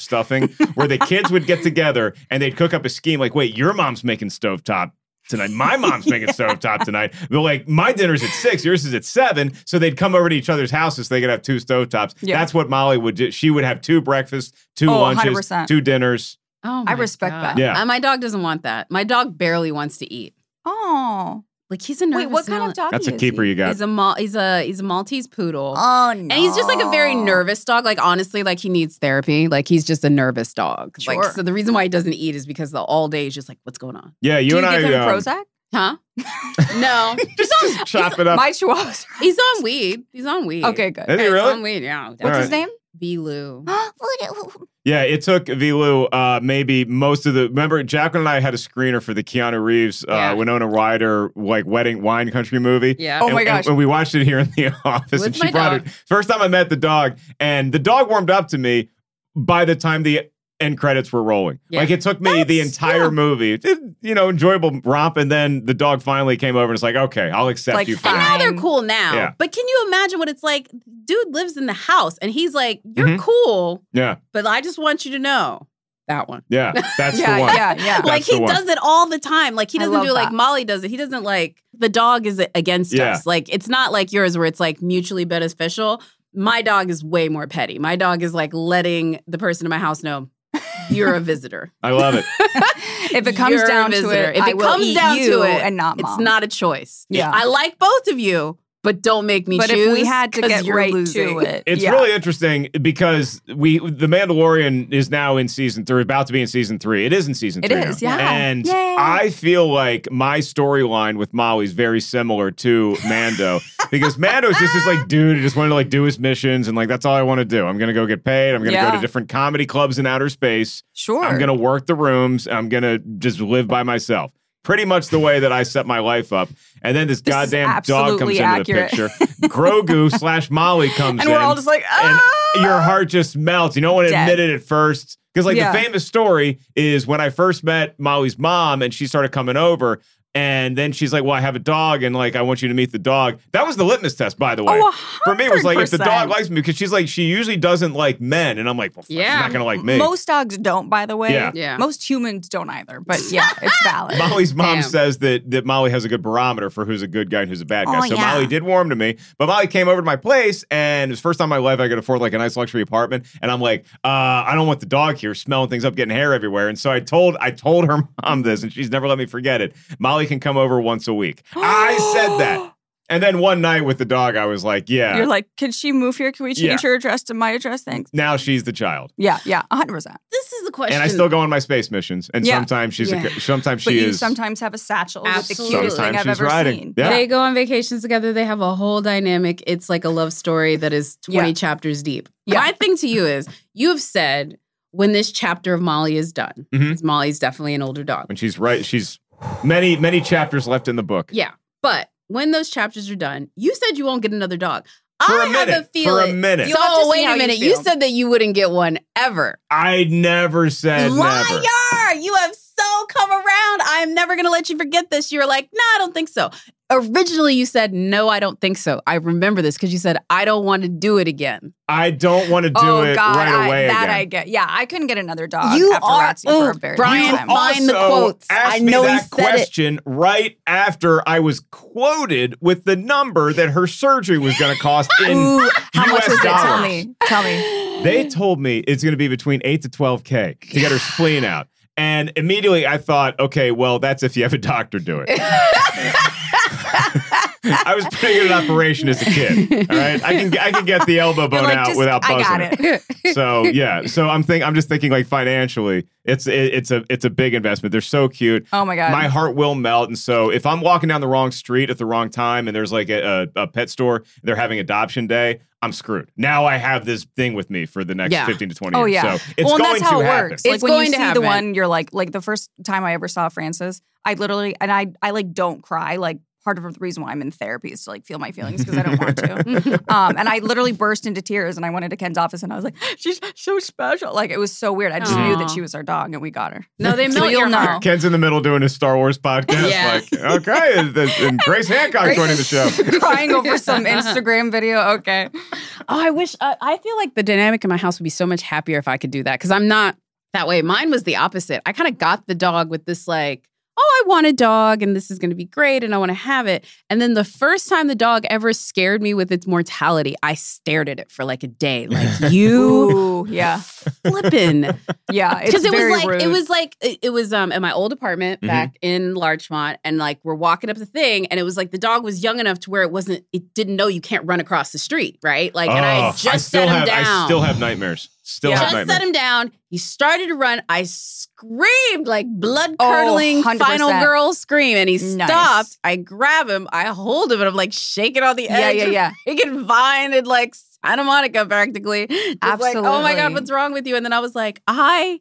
Speaker 3: stuffing, where the kids would get together and they'd cook up a scheme like, wait, your mom's making stovetop tonight. My mom's making stove stovetop tonight. But like my dinner's at six, yours is at seven. So they'd come over to each other's houses so they could have two stovetops.
Speaker 2: Yeah.
Speaker 3: That's what Molly would do. She would have two breakfasts, two
Speaker 2: Oh,
Speaker 3: lunches,
Speaker 2: 100%.
Speaker 3: two dinners.
Speaker 1: Oh,
Speaker 2: I
Speaker 1: my
Speaker 2: respect
Speaker 1: God.
Speaker 2: that.
Speaker 3: Yeah.
Speaker 1: Uh, my dog doesn't want that. My dog barely wants to eat.
Speaker 2: Oh.
Speaker 1: Like he's a nervous.
Speaker 2: Wait, what kind of dog
Speaker 3: That's a
Speaker 2: is
Speaker 3: keeper
Speaker 2: he?
Speaker 3: you got.
Speaker 1: He's a mal- he's a he's a Maltese poodle.
Speaker 2: Oh no.
Speaker 1: And he's just like a very nervous dog. Like honestly, like he needs therapy. Like he's just a nervous dog. Like
Speaker 2: Sure.
Speaker 1: so the reason why he doesn't eat is because the all day is just like, what's going on?
Speaker 3: Yeah, you
Speaker 2: Do you
Speaker 3: and
Speaker 2: give
Speaker 3: I
Speaker 2: him
Speaker 3: um,
Speaker 2: Prozac?
Speaker 1: Huh? no.
Speaker 3: just, just chop it up.
Speaker 2: My chihuahuas.
Speaker 1: He's on weed. He's on weed.
Speaker 2: Okay, good.
Speaker 3: Is he
Speaker 1: He's
Speaker 3: really?
Speaker 1: on weed, yeah.
Speaker 2: What's
Speaker 3: All
Speaker 2: his name?
Speaker 1: B Lou.
Speaker 3: Yeah, it took Vilu uh, maybe most of the. Remember, Jacqueline and I had a screener for the Keanu Reeves, uh,
Speaker 1: Yeah.
Speaker 3: Winona Ryder, like wedding wine country movie.
Speaker 1: Yeah.
Speaker 2: Oh
Speaker 3: And-
Speaker 2: my
Speaker 3: and-
Speaker 2: gosh.
Speaker 3: And, we watched it here in the office,
Speaker 1: With
Speaker 3: and she
Speaker 1: my
Speaker 3: brought
Speaker 1: dog.
Speaker 3: it. First time I met the dog, and the dog warmed up to me by the time the end credits were rolling.
Speaker 1: Yeah.
Speaker 3: Like it took me the
Speaker 2: That's-
Speaker 3: entire movie, It- you know, enjoyable romp, and then the dog finally came over and it's like, okay, I'll accept
Speaker 2: Like,
Speaker 3: you.
Speaker 1: And
Speaker 3: now.
Speaker 1: now they're
Speaker 2: Fine.
Speaker 1: cool now.
Speaker 3: Yeah.
Speaker 1: But can you imagine what it's like? Dude lives in the house and he's like, You're
Speaker 3: Mhm.
Speaker 1: cool,
Speaker 3: Yeah,
Speaker 1: but I just want you to know that one.
Speaker 3: yeah, that's
Speaker 2: yeah,
Speaker 3: the one.
Speaker 2: yeah, yeah.
Speaker 3: That's
Speaker 1: like
Speaker 3: the
Speaker 1: he
Speaker 3: one.
Speaker 1: does it all the time. Like he
Speaker 2: I
Speaker 1: doesn't
Speaker 2: love
Speaker 1: do it like
Speaker 2: that.
Speaker 1: Molly does it. He doesn't like the dog is against
Speaker 3: Yeah.
Speaker 1: us. Like it's not like yours where it's like mutually beneficial. My dog is way more petty. My dog is like letting the person in my house know you're a visitor.
Speaker 3: I love it.
Speaker 2: if it comes
Speaker 1: You're a
Speaker 2: down to
Speaker 1: visitor.
Speaker 2: it,
Speaker 1: If
Speaker 2: I
Speaker 1: it
Speaker 2: will
Speaker 1: comes
Speaker 2: eat
Speaker 1: down
Speaker 2: you
Speaker 1: to it,
Speaker 2: and not mom.
Speaker 1: It's not a choice.
Speaker 2: Yeah.
Speaker 1: I like both of you, but don't make me
Speaker 2: But
Speaker 1: choose.
Speaker 2: if we had to
Speaker 1: 'cause
Speaker 2: get
Speaker 1: you're
Speaker 2: right
Speaker 1: losing.
Speaker 2: to it,
Speaker 3: It's
Speaker 2: yeah.
Speaker 3: really interesting because we the Mandalorian is now in season three, about to be in season three. It is in season
Speaker 2: It
Speaker 3: three.
Speaker 2: is,
Speaker 3: now.
Speaker 2: yeah.
Speaker 3: And
Speaker 2: Yay.
Speaker 3: I feel like my storyline with Molly is very similar to Mando because Mando's just this like dude who just wanted to like do his missions and like that's all I want to do. I'm gonna go get paid. I'm gonna go
Speaker 2: Yeah.
Speaker 3: to different comedy clubs in outer space.
Speaker 2: sure.
Speaker 3: I'm gonna work the rooms. I'm gonna just live by myself. Pretty much the way that I set my life up. And then this,
Speaker 2: This is
Speaker 3: goddamn dog comes
Speaker 2: absolutely accurate.
Speaker 3: into the picture. Grogu slash Molly comes
Speaker 2: and
Speaker 3: in
Speaker 2: we're all just like,
Speaker 3: and
Speaker 2: ah!
Speaker 3: your heart just melts. You don't want to
Speaker 2: Dead.
Speaker 3: admit it at first. Because, like,
Speaker 2: Yeah.
Speaker 3: the famous story is when I first met Molly's mom and she started coming over. And then she's like, Well, I have a dog and like, I want you to meet the dog. That was the litmus test, by the way.
Speaker 2: Oh,
Speaker 3: For me, it was like, if the dog
Speaker 2: 100%.
Speaker 3: likes me, because she's like, she usually doesn't like men. And I'm like, Well, fuck, she's
Speaker 1: Yeah.
Speaker 3: not going to like me.
Speaker 2: Most dogs don't, by the way.
Speaker 3: Yeah.
Speaker 1: Yeah.
Speaker 2: Most humans don't either. But yeah, it's valid.
Speaker 3: Molly's mom
Speaker 1: Damn.
Speaker 3: says that that Molly has a good barometer for who's a good guy and who's a bad guy.
Speaker 2: Oh,
Speaker 3: so
Speaker 2: yeah.
Speaker 3: Molly did warm to me, but Molly came over to my place, and it was the first time in my life I could afford like a nice luxury apartment. And I'm like, uh, I don't want the dog here smelling things up, getting hair everywhere. And so I told I told her mom this, and she's never let me forget it. Molly can come over once a week. I said that, and then one night with the dog, I was like, yeah,
Speaker 2: You're like, can she move here? Can we change
Speaker 3: Yeah.
Speaker 2: her address to my address? Thanks.
Speaker 3: now she's the child.
Speaker 2: Yeah, yeah, 100%.
Speaker 1: This is the question.
Speaker 3: And I still go on my space missions, and
Speaker 2: Yeah.
Speaker 3: sometimes she's
Speaker 1: Yeah.
Speaker 3: a, sometimes
Speaker 2: but
Speaker 3: she
Speaker 2: you
Speaker 3: is.
Speaker 2: sometimes have a satchel with the
Speaker 1: Absolutely.
Speaker 2: cutest thing
Speaker 3: Sometimes
Speaker 2: I've
Speaker 3: she's
Speaker 2: ever
Speaker 3: riding.
Speaker 2: seen.
Speaker 3: Yeah.
Speaker 1: They go on vacations together. They have a whole dynamic. It's like a love story that is 20
Speaker 2: Yeah.
Speaker 1: chapters deep.
Speaker 2: Yeah.
Speaker 1: My thing to you is you have said when this chapter of Molly is done,
Speaker 2: Mm-hmm.
Speaker 3: Mhm.
Speaker 1: 'cause Molly's definitely an older dog.
Speaker 3: when she's right, she's many many chapters left in the book.
Speaker 1: Yeah. But when those chapters are done, you said you won't get another dog.
Speaker 3: For
Speaker 1: I
Speaker 3: a minute.
Speaker 1: have a feeling.
Speaker 3: for a minute.
Speaker 2: You'll have to
Speaker 1: So
Speaker 2: see
Speaker 1: wait
Speaker 2: how
Speaker 1: a
Speaker 2: you
Speaker 1: minute. You,
Speaker 2: feel.
Speaker 1: said that you wouldn't get one ever.
Speaker 3: I never said
Speaker 1: Liar!
Speaker 3: never.
Speaker 1: You have so come around. I'm never gonna let you forget this. You were like, no, I don't think so. Originally, you said, no, I don't think so. I remember this because you said, I don't want to do it again.
Speaker 3: I don't want to do
Speaker 2: oh,
Speaker 3: it
Speaker 2: God.
Speaker 3: right
Speaker 2: I,
Speaker 3: away
Speaker 2: that I
Speaker 3: again.
Speaker 2: get. Yeah, I couldn't get another dog
Speaker 1: You
Speaker 2: after
Speaker 1: are-
Speaker 2: Ratsy for a
Speaker 1: Ooh,
Speaker 2: very
Speaker 1: Brian,
Speaker 2: long time.
Speaker 1: Bob- find the
Speaker 3: also
Speaker 1: quotes.
Speaker 3: Asked
Speaker 1: I
Speaker 3: me
Speaker 1: know he
Speaker 3: that
Speaker 1: said it.
Speaker 3: question right after I was quoted with the number that her surgery was going to cost in
Speaker 2: Ooh, how much
Speaker 3: US
Speaker 2: was it? Tell
Speaker 3: dollars.
Speaker 2: me. Tell me.
Speaker 3: They told me it's going to be between 8 to 12k to get her spleen out. And immediately I thought, okay, well, that's if you have a doctor do it. I was pretty good at operation as a kid. All right, I can I can get the elbow
Speaker 2: You're
Speaker 3: bone
Speaker 2: like,
Speaker 3: out
Speaker 2: just-
Speaker 3: without buzzing
Speaker 2: I got it.
Speaker 3: so yeah so i'm think i'm just thinking like financially it's it, it's a it's a big investment they're so cute
Speaker 2: Oh my God.
Speaker 3: my heart will melt and so if i'm walking down the wrong street at the wrong time and there's like a, a, a pet store they're having adoption day i'm screwed now i have this thing with me for the next
Speaker 1: Yeah.
Speaker 3: 15 to 20
Speaker 2: Oh,
Speaker 3: years
Speaker 2: yeah.
Speaker 3: so it's
Speaker 2: well, and
Speaker 3: going
Speaker 2: that's how
Speaker 3: to
Speaker 2: it
Speaker 3: happen
Speaker 2: works.
Speaker 1: It's
Speaker 2: like when
Speaker 1: going
Speaker 2: you
Speaker 1: to
Speaker 2: see
Speaker 1: happen.
Speaker 2: the one, you're like, like the first time I ever saw Francis, I literally, and I, I like don't cry. Like part of the reason why I'm in therapy is to like feel my feelings because I don't want to. Um, and I literally burst into tears, and I went into Ken's office, and I was like, "She's so special!" Like it was so weird. I just knew that
Speaker 1: Aw.
Speaker 2: she was our dog, and we got her.
Speaker 1: no, they
Speaker 2: So
Speaker 1: melt
Speaker 2: you'll
Speaker 1: your
Speaker 2: know.
Speaker 1: heart.
Speaker 3: Ken's in the middle doing his Star Wars podcast.
Speaker 1: Yeah.
Speaker 3: Like, okay, and- and Grace Hancock
Speaker 2: Grace
Speaker 3: joining the
Speaker 2: is
Speaker 3: show.
Speaker 2: crying over some Instagram video. Okay,
Speaker 1: Oh, I wish. Uh, I feel like the dynamic in my house would be so much happier if I could do that because I'm not that way. Mine was the opposite. I kind of got the dog with this like, oh, I want a dog and this is going to be great and I want to have it. And then the first time the dog ever scared me with its mortality, I stared at it for like a day. Like, you
Speaker 2: Ooh, yeah,
Speaker 1: flippin'.
Speaker 2: yeah. It's
Speaker 1: Because it
Speaker 2: very
Speaker 1: was like
Speaker 2: rude.
Speaker 1: it was like it, it was um at my old apartment
Speaker 3: Mhm.
Speaker 1: back in Larchmont, and like we're walking up the thing, and it was like the dog was young enough to where it wasn't it didn't know you can't run across the street, right? Like, and I
Speaker 3: Oh,
Speaker 1: had just
Speaker 3: still
Speaker 1: set him
Speaker 3: have,
Speaker 1: down.
Speaker 3: I still have nightmares. Still
Speaker 1: just
Speaker 3: have nightmares.
Speaker 1: set him down. He started to run. I screamed like blood curdling
Speaker 2: Oh, 100%.
Speaker 1: final girl scream, and he
Speaker 2: Nice.
Speaker 1: stopped. I grab him, I hold him, and I'm like shaking on the edge.
Speaker 2: yeah, yeah,
Speaker 1: of
Speaker 2: yeah.
Speaker 1: freaking Vine and like Santa Monica practically. Just like, oh my God,
Speaker 2: Absolutely.
Speaker 1: what's wrong with you? And then I was like, I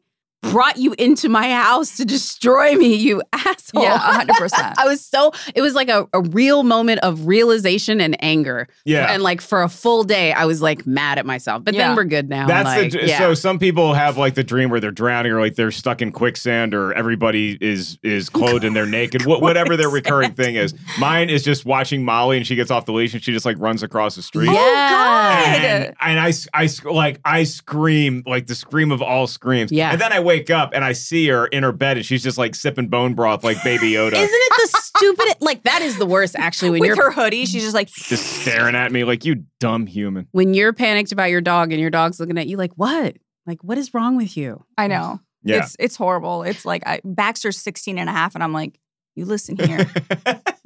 Speaker 1: brought you into my house to destroy me, you asshole.
Speaker 2: Yeah, hundred percent.
Speaker 1: I was so, it was like a, a real moment of realization and anger.
Speaker 3: Yeah.
Speaker 1: And like for a full day, I was like mad at myself. But
Speaker 2: Yeah.
Speaker 1: then we're good now.
Speaker 3: That's
Speaker 1: like,
Speaker 3: the
Speaker 1: yeah.
Speaker 3: so some people have like the dream where they're drowning or like they're stuck in quicksand or everybody is is clothed and they're naked wha- whatever their recurring thing is. Mine is just watching Molly and she gets off the leash and she just like runs across the street.
Speaker 1: Oh yeah.
Speaker 3: And, and I, s- I sc- like I scream like the scream of all screams.
Speaker 1: Yeah.
Speaker 3: And then I wake up and I see her in her bed and she's just like sipping bone broth like Baby Yoda,
Speaker 1: Isn't it the stupid? Like that is the worst actually when
Speaker 2: With
Speaker 1: you're
Speaker 2: her hoodie, she's just like,
Speaker 3: just staring at me like you dumb human.
Speaker 1: when you're panicked about your dog and your dog's looking at you like what? Like what is wrong with you?
Speaker 2: I know.
Speaker 3: Yeah.
Speaker 2: It's it's horrible. It's like I, Baxter's 16 and a half, and I'm like, you listen here.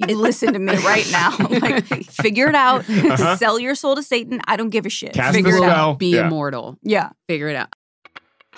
Speaker 2: You listen to me right now. Like, figure it out.
Speaker 3: Uh-huh.
Speaker 2: Sell your soul to Satan. I don't give a shit.
Speaker 3: Cast
Speaker 2: figure
Speaker 3: the
Speaker 2: it out.
Speaker 3: spell.
Speaker 1: Be
Speaker 3: Yeah.
Speaker 1: immortal.
Speaker 2: Yeah.
Speaker 1: Figure it out.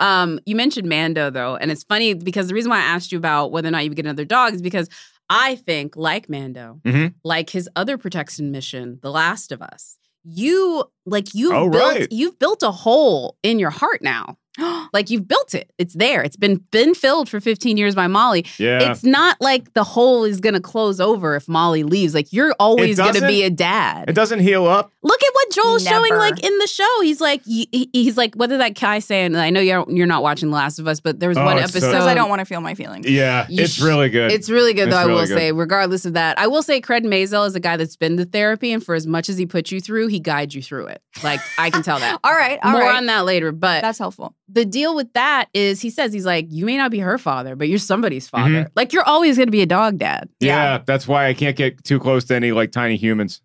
Speaker 1: Um, you mentioned Mando though, and it's funny because the reason why I asked you about whether or not you would get another dog is because I think, like Mando,
Speaker 3: Mhm.
Speaker 1: like his other protection mission, The Last of Us, you like you've
Speaker 3: Oh,
Speaker 1: built
Speaker 3: right.
Speaker 1: you've built a hole in your heart now. like you've built it. It's there. It's been been filled for 15 years by Molly.
Speaker 3: Yeah.
Speaker 1: It's not like the hole is gonna close over if Molly leaves. Like you're always gonna
Speaker 3: doesn't-
Speaker 1: be a dad.
Speaker 3: it doesn't heal up.
Speaker 1: Look at what Joel's showing,
Speaker 2: Never.
Speaker 1: like in the show. He's like, he- he- he's like, what did that guy say? And I know you're you're not watching The Last of Us, but there was
Speaker 3: Oh,
Speaker 1: one
Speaker 3: it's so-
Speaker 1: episode.
Speaker 2: Because I don't want to feel my feelings.
Speaker 3: Yeah,
Speaker 1: You
Speaker 3: it's
Speaker 1: sh-
Speaker 3: really good.
Speaker 1: It's really good,
Speaker 3: It's
Speaker 1: though. I
Speaker 3: really
Speaker 1: will
Speaker 3: good.
Speaker 1: say, regardless of that, I will say, Craig Mazel is a guy that's been to therapy, and for as much as he put you through, he guides you through it. Like I can tell that.
Speaker 2: All right. all right.
Speaker 1: More on that later, but
Speaker 2: That's helpful.
Speaker 1: the deal with that is he says he's like, you may not be her father, but you're somebody's
Speaker 3: Mm-hmm.
Speaker 1: father. Like you're always going to be a dog dad.
Speaker 3: yeah. that's why I can't get too close to any like tiny humans.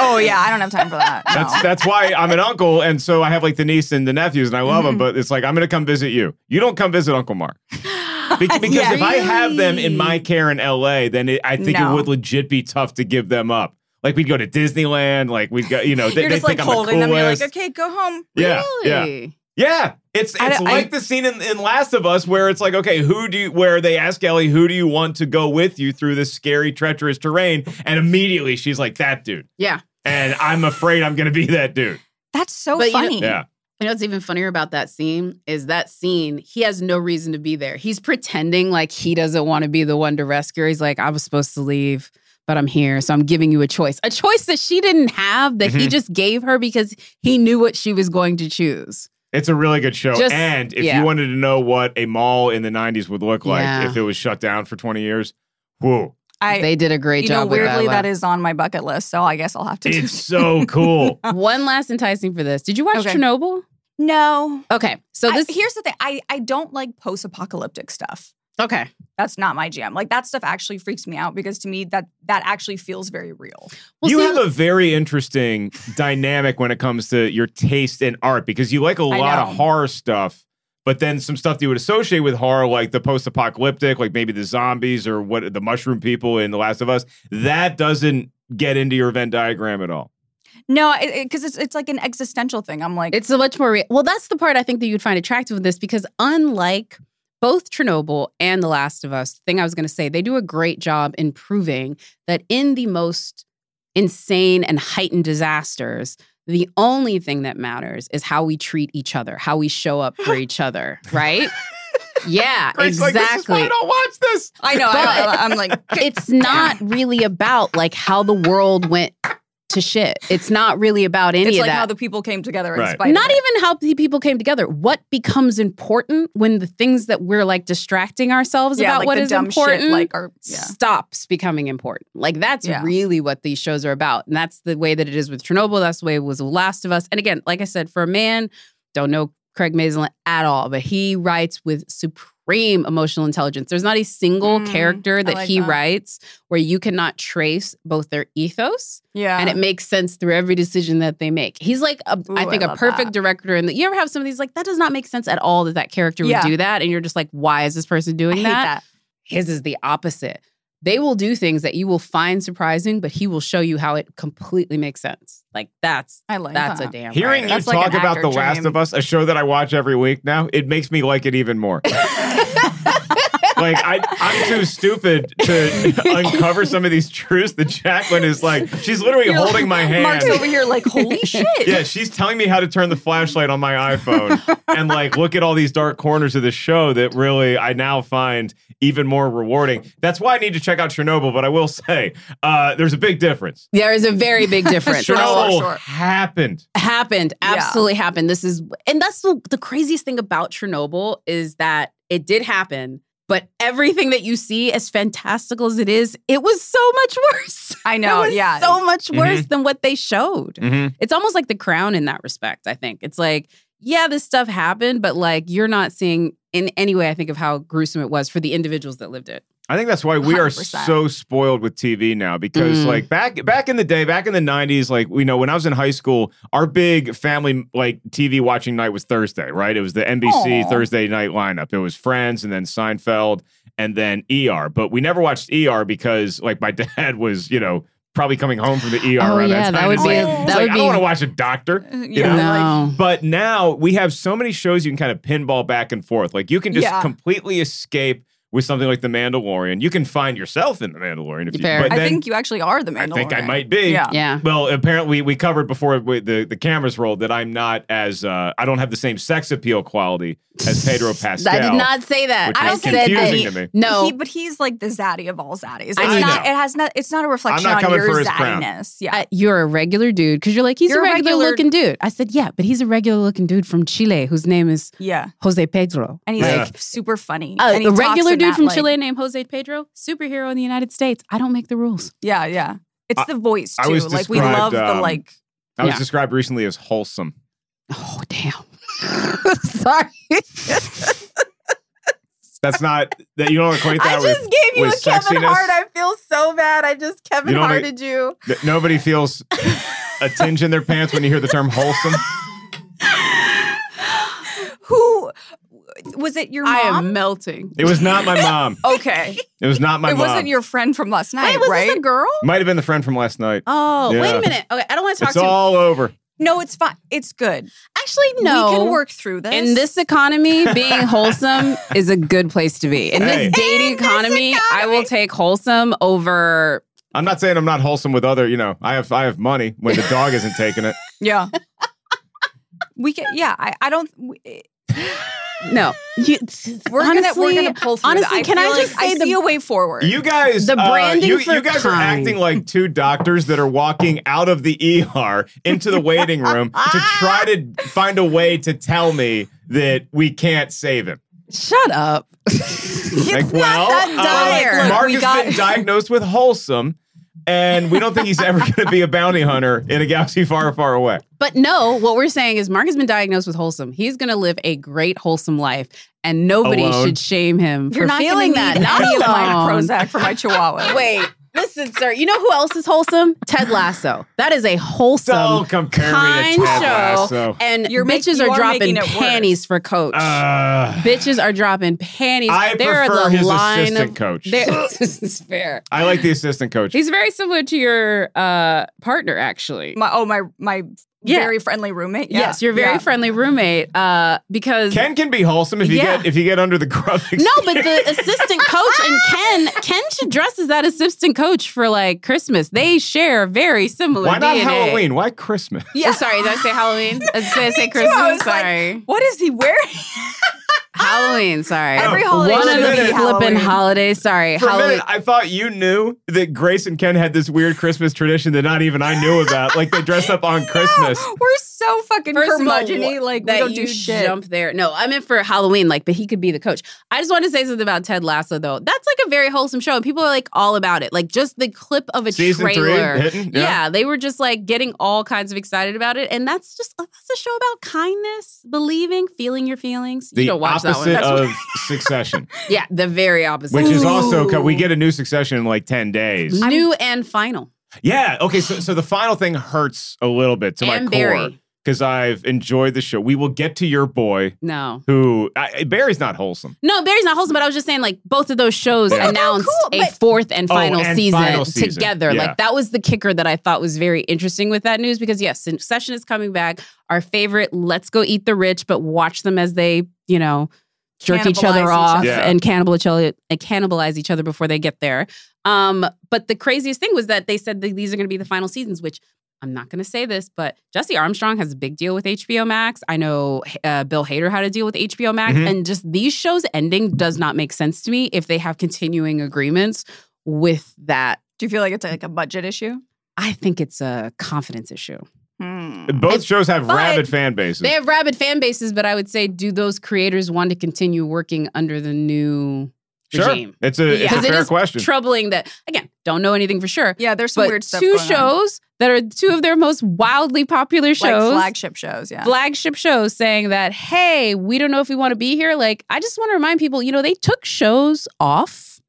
Speaker 2: Oh yeah, I don't have time for that. No.
Speaker 3: That's that's why I'm an uncle, and so I have like the niece and the nephews, and I love
Speaker 2: Mm-hmm.
Speaker 3: them. But it's like I'm gonna come visit you. You don't come visit Uncle Mark Be- because if I have them in my care in L.A., then it, I think
Speaker 2: No.
Speaker 3: it would legit be tough to give them up. Like we'd go to Disneyland, like we'd go, you know, they,
Speaker 2: You're
Speaker 3: they
Speaker 2: just like
Speaker 3: think I'm the
Speaker 2: holding them. You're like,
Speaker 3: coolest.
Speaker 2: okay, go home.
Speaker 3: yeah, yeah,
Speaker 1: really?
Speaker 3: yeah. It's
Speaker 2: I
Speaker 3: it's
Speaker 2: don't- I-
Speaker 3: like the scene in, in Last of Us where it's like, okay, who do you, where they ask Ellie, who do you want to go with you through this scary, treacherous terrain, and immediately she's like, that dude,
Speaker 1: Yeah.
Speaker 3: and I'm afraid I'm gonna be that dude.
Speaker 2: That's so
Speaker 1: But you know-
Speaker 2: funny.
Speaker 3: Yeah.
Speaker 1: You know what's even funnier about that scene is that scene, he has no reason to be there. He's pretending like he doesn't want to be the one to rescue. her. He's like, I was supposed to leave, but I'm here. So I'm giving you a choice. A choice that she didn't have that he
Speaker 3: Mhm.
Speaker 1: just gave her because he knew what she was going to choose.
Speaker 3: It's a really good show.
Speaker 1: Just-
Speaker 3: and if
Speaker 1: yeah.
Speaker 3: you wanted to know what a mall in the 90s would look like
Speaker 1: Yeah.
Speaker 3: if it was shut down for 20 years, whoa,
Speaker 2: I
Speaker 1: they did a great
Speaker 2: you know,
Speaker 1: job. with
Speaker 2: weirdly
Speaker 1: that
Speaker 2: that is on my bucket list, so I guess I'll have to do
Speaker 3: it's so cool.
Speaker 1: one. One last enticing for this. Did you watch
Speaker 2: Okay.
Speaker 1: Chernobyl?
Speaker 2: No.
Speaker 1: Okay. So this
Speaker 2: I, here's the thing. I, I don't like post-apocalyptic stuff.
Speaker 1: Okay.
Speaker 2: That's not my jam. Like that stuff actually freaks me out because to me that that actually feels very real.
Speaker 1: Well,
Speaker 3: you
Speaker 1: see-
Speaker 3: have a very interesting dynamic when it comes to your taste in art because you like a
Speaker 2: I
Speaker 3: lot
Speaker 2: know.
Speaker 3: of horror stuff, But then some stuff that you would associate with horror, like the post-apocalyptic, like maybe the zombies or what the mushroom people in The Last of Us, that doesn't get into your Venn diagram at all.
Speaker 2: No, because it's it's like an existential thing. I'm like,
Speaker 1: It's a much more re- well. That's the part I think that you'd find attractive with this because unlike both Chernobyl and The Last of Us, the thing I was going to say, they do a great job in proving that in the most insane and heightened disasters, the only thing that matters is how we treat each other, how we show up for each other, right? yeah,
Speaker 3: Greg's
Speaker 1: exactly
Speaker 3: like, this is why I don't watch this.
Speaker 2: I know, I, I'm like,
Speaker 1: it's not really about like how the world went to shit. It's not really about any
Speaker 2: it's
Speaker 1: of
Speaker 2: like
Speaker 1: that.
Speaker 2: how the people came together in
Speaker 3: Right.
Speaker 2: spite. of
Speaker 1: not
Speaker 2: it.
Speaker 1: even how the people came together. What becomes important when the things that we're like distracting ourselves
Speaker 2: yeah,
Speaker 1: about
Speaker 2: like
Speaker 1: what
Speaker 2: the
Speaker 1: is
Speaker 2: dumb
Speaker 1: important
Speaker 2: shit, like our yeah.
Speaker 1: stops becoming important. Like that's
Speaker 2: Yeah.
Speaker 1: really what these shows are about. And that's the way that it is with Chernobyl. That's the way it was with Last of Us. And again, like I said, for a man, don't know Craig Mazin at all, but he writes with supreme emotional intelligence. There's not a single
Speaker 2: Mm,
Speaker 1: character that
Speaker 2: like
Speaker 1: he
Speaker 2: that.
Speaker 1: writes where you cannot trace both their ethos
Speaker 2: yeah,
Speaker 1: and it makes sense through every decision that they make. He's like, a,
Speaker 2: Ooh,
Speaker 1: I think,
Speaker 2: I
Speaker 1: a
Speaker 2: love
Speaker 1: perfect
Speaker 2: that.
Speaker 1: director. And you ever have somebody's like, that does not make sense at all that that character would
Speaker 2: Yeah.
Speaker 1: do that, and you're just like, why is this person
Speaker 2: I
Speaker 1: doing
Speaker 2: hate
Speaker 1: that?
Speaker 2: that.
Speaker 1: His is the opposite. They will do things that you will find surprising, but he will show you how it completely makes sense. Like that's
Speaker 2: I like
Speaker 1: that's
Speaker 2: that.
Speaker 1: a damn.
Speaker 3: Hearing
Speaker 1: right.
Speaker 3: you
Speaker 2: That's like
Speaker 3: talk
Speaker 2: an
Speaker 3: about
Speaker 2: actor
Speaker 3: The Last
Speaker 2: dream.
Speaker 3: of Us, a show that I watch every week now, it makes me like it even more. like I, I'm too stupid to uncover some of these truths that Jacqueline is like. She's literally
Speaker 2: You're
Speaker 3: holding
Speaker 2: like-
Speaker 3: my hand.
Speaker 2: Mark's over here like, holy shit.
Speaker 3: Yeah, she's telling me how to turn the flashlight on my iPhone and like look at all these dark corners of the show that really I now find even more rewarding. That's why I need to check out Chernobyl, but I will say uh, there's a big difference.
Speaker 1: there is a very big difference.
Speaker 2: Sure.
Speaker 3: Chernobyl
Speaker 2: sure.
Speaker 3: happened.
Speaker 1: happened
Speaker 2: Yeah.
Speaker 1: absolutely happened this is and that's the, the craziest thing about chernobyl is that it did happen but everything that you see as fantastical as it is it was so much worse
Speaker 2: I know,
Speaker 1: it was
Speaker 2: yeah.
Speaker 1: so much worse than what they showed
Speaker 3: Mm-hmm.
Speaker 1: it's almost like the crown in that respect i think it's like yeah this stuff happened but like you're not seeing in any way i think of how gruesome it was for the individuals that lived it
Speaker 3: I think that's why we are
Speaker 2: 100%.
Speaker 3: so spoiled with TV now because
Speaker 1: Mm.
Speaker 3: like back back in the day, back in the 90s, like we know when I was in high school, our big family like TV watching night was Thursday, right? It was the NBC
Speaker 2: Aw.
Speaker 3: Thursday night lineup. It was Friends and then Seinfeld and then ER, but we never watched ER because like my dad was, you know, probably coming home from the ER
Speaker 1: Oh,
Speaker 3: around
Speaker 1: yeah,
Speaker 3: that time.
Speaker 1: that would
Speaker 3: It's
Speaker 2: be
Speaker 3: like,
Speaker 2: a-
Speaker 3: it's
Speaker 2: that
Speaker 3: like,
Speaker 1: would
Speaker 3: I
Speaker 1: be-
Speaker 3: don't want to watch a doctor. You
Speaker 2: Yeah.
Speaker 3: know?
Speaker 1: no
Speaker 3: But now we have so many shows you can kind of pinball back and forth. Like you can just
Speaker 2: Yeah.
Speaker 3: completely escape with something like The Mandalorian. You can find yourself in The Mandalorian if you.
Speaker 1: Fair.
Speaker 3: But
Speaker 2: I
Speaker 3: then,
Speaker 2: think you actually are the
Speaker 3: I
Speaker 2: Mandalorian.
Speaker 3: think I might be.
Speaker 2: Yeah.
Speaker 1: yeah
Speaker 3: Well, apparently we covered before we, the the cameras rolled that I'm not as uh, I don't have the same sex appeal quality as Pedro Pascal.
Speaker 1: i did not say that
Speaker 3: Which
Speaker 1: i
Speaker 3: is
Speaker 1: said that
Speaker 3: confusing
Speaker 1: he-
Speaker 3: to me.
Speaker 1: no
Speaker 2: He, but he's like the zaddy of all zaddies. It's
Speaker 3: I know.
Speaker 2: not, It has not. It's not a reflection
Speaker 3: not
Speaker 2: on
Speaker 3: coming
Speaker 2: your
Speaker 3: for his crown.
Speaker 2: zaddiness. Yeah.
Speaker 1: I- you're a regular dude because you're like he's
Speaker 2: You're
Speaker 1: a
Speaker 2: a
Speaker 1: regular,
Speaker 2: regular-
Speaker 1: looking dude. I said, yeah, but he's a regular looking dude from Chile whose name is
Speaker 2: yeah.
Speaker 1: Jose Pedro.
Speaker 2: And he's
Speaker 3: Yeah.
Speaker 2: like super funny.
Speaker 1: Uh,
Speaker 2: and he
Speaker 1: a
Speaker 2: talks
Speaker 1: regular
Speaker 2: in
Speaker 1: dude
Speaker 2: that,
Speaker 1: from
Speaker 2: like-
Speaker 1: Chile named Jose Pedro, superhero in the United States. I don't make the rules.
Speaker 2: Yeah, yeah. It's
Speaker 3: I-
Speaker 2: the voice
Speaker 3: I
Speaker 2: too.
Speaker 3: was
Speaker 2: like we love
Speaker 3: described, um,
Speaker 2: the like.
Speaker 3: I was
Speaker 1: Yeah.
Speaker 3: described recently as wholesome.
Speaker 1: Oh damn. Sorry.
Speaker 3: That's not that you don't equate that with.
Speaker 1: gave
Speaker 3: with sexiness.
Speaker 1: feel so bad. I just Kevin
Speaker 3: You don't make-
Speaker 1: you.
Speaker 3: that nobody feels a tinge in their pants when you hear the term wholesome.
Speaker 2: Who was it? Your
Speaker 1: I
Speaker 2: mom?
Speaker 1: am melting.
Speaker 3: It was not my mom.
Speaker 2: Okay,
Speaker 3: It was not my
Speaker 2: it
Speaker 3: mom.
Speaker 2: wasn't your friend from last night,
Speaker 1: Hey, was
Speaker 2: right?
Speaker 1: this a girl?
Speaker 3: Might have been the friend from last night.
Speaker 1: Oh, wait
Speaker 3: Yeah.
Speaker 1: a minute. Okay, I don't want to talk
Speaker 3: It's
Speaker 1: to
Speaker 3: all over.
Speaker 2: no, it's fine. It's good.
Speaker 1: Actually, no.
Speaker 2: we can work through this.
Speaker 1: In this economy, being wholesome is a good place to be. In this
Speaker 3: Hey.
Speaker 1: dating economy, I will take wholesome over.
Speaker 3: I'm not saying I'm not wholesome with other, you know, I have I have money when the dog isn't taking it.
Speaker 2: yeah, we can. Yeah, I, I don't. We,
Speaker 1: No, you,
Speaker 2: we're gonna we're
Speaker 1: honestly,
Speaker 2: gonna pull through.
Speaker 1: honestly,
Speaker 2: that. I
Speaker 1: can I
Speaker 2: feel
Speaker 1: just
Speaker 2: like,
Speaker 1: say
Speaker 2: I
Speaker 1: the-
Speaker 2: see a way forward?
Speaker 3: You guys uh,
Speaker 1: The branding
Speaker 3: you,
Speaker 1: for
Speaker 3: you guys are
Speaker 1: kind.
Speaker 3: acting like two doctors that are walking out of the ER into the waiting room to try to find a way to tell me that we can't save him.
Speaker 1: Shut up.
Speaker 3: like, well,
Speaker 1: that dire.
Speaker 3: Uh,
Speaker 2: Look,
Speaker 3: Mark
Speaker 2: we
Speaker 3: has
Speaker 2: got-
Speaker 3: been diagnosed with wholesome, and we don't think he's ever going to be a bounty hunter in a galaxy far, far away.
Speaker 1: But no, what we're saying is Mark has been diagnosed with wholesome. He's going to live a great wholesome life, and nobody
Speaker 3: Alone.
Speaker 1: should shame him
Speaker 2: You're
Speaker 1: for
Speaker 2: not
Speaker 1: feeling
Speaker 2: gonna
Speaker 1: that.
Speaker 2: need
Speaker 1: Not
Speaker 2: any of my
Speaker 1: alone.
Speaker 2: Prozac for my Chihuahua.
Speaker 1: Wait, Listen, sir, you know who else is wholesome? Ted Lasso. That is a wholesome,
Speaker 3: Don't compare me
Speaker 1: kind
Speaker 3: to
Speaker 1: show.
Speaker 3: Ted Lasso.
Speaker 1: And
Speaker 2: You're
Speaker 1: your
Speaker 2: make-
Speaker 1: bitches
Speaker 2: you
Speaker 1: are
Speaker 2: are
Speaker 1: dropping
Speaker 2: making it worse.
Speaker 1: panties for coach.
Speaker 3: Uh,
Speaker 1: bitches are dropping panties.
Speaker 3: I
Speaker 1: They're
Speaker 3: prefer
Speaker 1: the
Speaker 3: his
Speaker 1: line
Speaker 3: assistant
Speaker 1: of,
Speaker 3: coach.
Speaker 1: They're- this is fair.
Speaker 3: I like the assistant coach.
Speaker 1: He's very similar to your uh, partner, actually.
Speaker 2: My oh my my
Speaker 1: Yeah.
Speaker 2: very friendly roommate. Yeah.
Speaker 1: Yes, your very
Speaker 2: Yeah.
Speaker 1: friendly roommate. Uh, because
Speaker 3: Ken can be wholesome if you
Speaker 1: Yeah.
Speaker 3: get if you get under the grub.
Speaker 1: No, but the assistant coach and Ken, Ken should dress as that assistant coach for like Christmas. They share very similar.
Speaker 3: why not
Speaker 1: DNA.
Speaker 3: Halloween? Why Christmas?
Speaker 1: Yeah. Oh, sorry, did I say Halloween? Did I say
Speaker 2: Me too,
Speaker 1: Christmas?
Speaker 2: I was like,
Speaker 1: sorry.
Speaker 2: What is he wearing?
Speaker 1: Halloween, sorry.
Speaker 2: Every
Speaker 3: Oh,
Speaker 2: holiday
Speaker 1: One
Speaker 3: should
Speaker 1: of the
Speaker 3: be
Speaker 1: flippin'
Speaker 2: Halloween.
Speaker 1: holidays, sorry.
Speaker 3: For a
Speaker 1: Halloween.
Speaker 3: minute, I thought you knew that Grace and Ken had this weird Christmas tradition that not even I knew about. like they dress up on Christmas.
Speaker 2: We're so fucking
Speaker 1: First of all,
Speaker 2: curmudgeon-y, Like we
Speaker 1: that
Speaker 2: don't
Speaker 1: you
Speaker 2: do shit.
Speaker 1: jump there. No, I meant for Halloween, like, but he could be the coach. I just want to say something about Ted Lasso, though. That's like a very wholesome show, and people are like all about it. Like just the clip of a
Speaker 3: Season three,
Speaker 1: trailer.
Speaker 3: hitting, yeah.
Speaker 1: yeah. they were just like getting all kinds of excited about it, and that's just uh, that's a show about kindness, believing, feeling your feelings.
Speaker 3: The
Speaker 1: you don't watch that one.
Speaker 3: opposite
Speaker 1: That's-
Speaker 3: of Succession,
Speaker 1: yeah, the very opposite,
Speaker 3: which is also co- we get a new Succession in like ten days.
Speaker 1: new and final.
Speaker 3: Yeah. Okay. So so the final thing hurts a little bit to my
Speaker 1: And
Speaker 3: core
Speaker 1: Barry.
Speaker 3: because I've enjoyed the show. We will get to your boy
Speaker 1: No.
Speaker 3: who I, Barry's not wholesome.
Speaker 1: No, Barry's not wholesome, but I was just saying, like, both of those shows
Speaker 3: Yeah.
Speaker 1: announced
Speaker 2: Oh, cool,
Speaker 1: a
Speaker 2: but-
Speaker 1: fourth and
Speaker 3: Oh,
Speaker 1: final,
Speaker 3: and
Speaker 1: season,
Speaker 3: final season.
Speaker 1: together.
Speaker 3: Yeah.
Speaker 1: Like, that was the kicker that I thought was very interesting with that news because, yes, Succession is coming back. Our favorite, let's go eat the rich, but watch them as they, you know, jerk each
Speaker 2: Cannibalize
Speaker 1: other
Speaker 2: each
Speaker 1: off
Speaker 3: other. Yeah.
Speaker 1: and cannibal each other, and cannibalize each other before they get there. Um, but the craziest thing was that they said that these are going to be the final seasons, which I'm not going to say this, but Jesse Armstrong has a big deal with HBO Max. I know uh, Bill Hader had a deal with HBO Max,
Speaker 3: Mhm.
Speaker 1: and just these shows ending does not make sense to me if they have continuing agreements with that.
Speaker 2: Do you feel like it's like a budget issue?
Speaker 1: I think it's a confidence issue.
Speaker 2: Hmm.
Speaker 3: Both shows have
Speaker 1: but
Speaker 3: rabid fan bases.
Speaker 1: They have rabid fan bases, but I would say, do those creators want to continue working under the new
Speaker 3: sure,
Speaker 1: regime?
Speaker 3: it's a it's a
Speaker 1: Because it
Speaker 3: fair
Speaker 1: is
Speaker 3: question.
Speaker 1: troubling that again don't know anything for sure
Speaker 2: Yeah, there's some
Speaker 1: but
Speaker 2: weird stuff.
Speaker 1: two
Speaker 2: going on.
Speaker 1: shows that are two of their most wildly popular shows
Speaker 2: like flagship shows. Yeah,
Speaker 1: flagship shows saying that hey we don't know if we want to be here like i just want to remind people you know they took shows off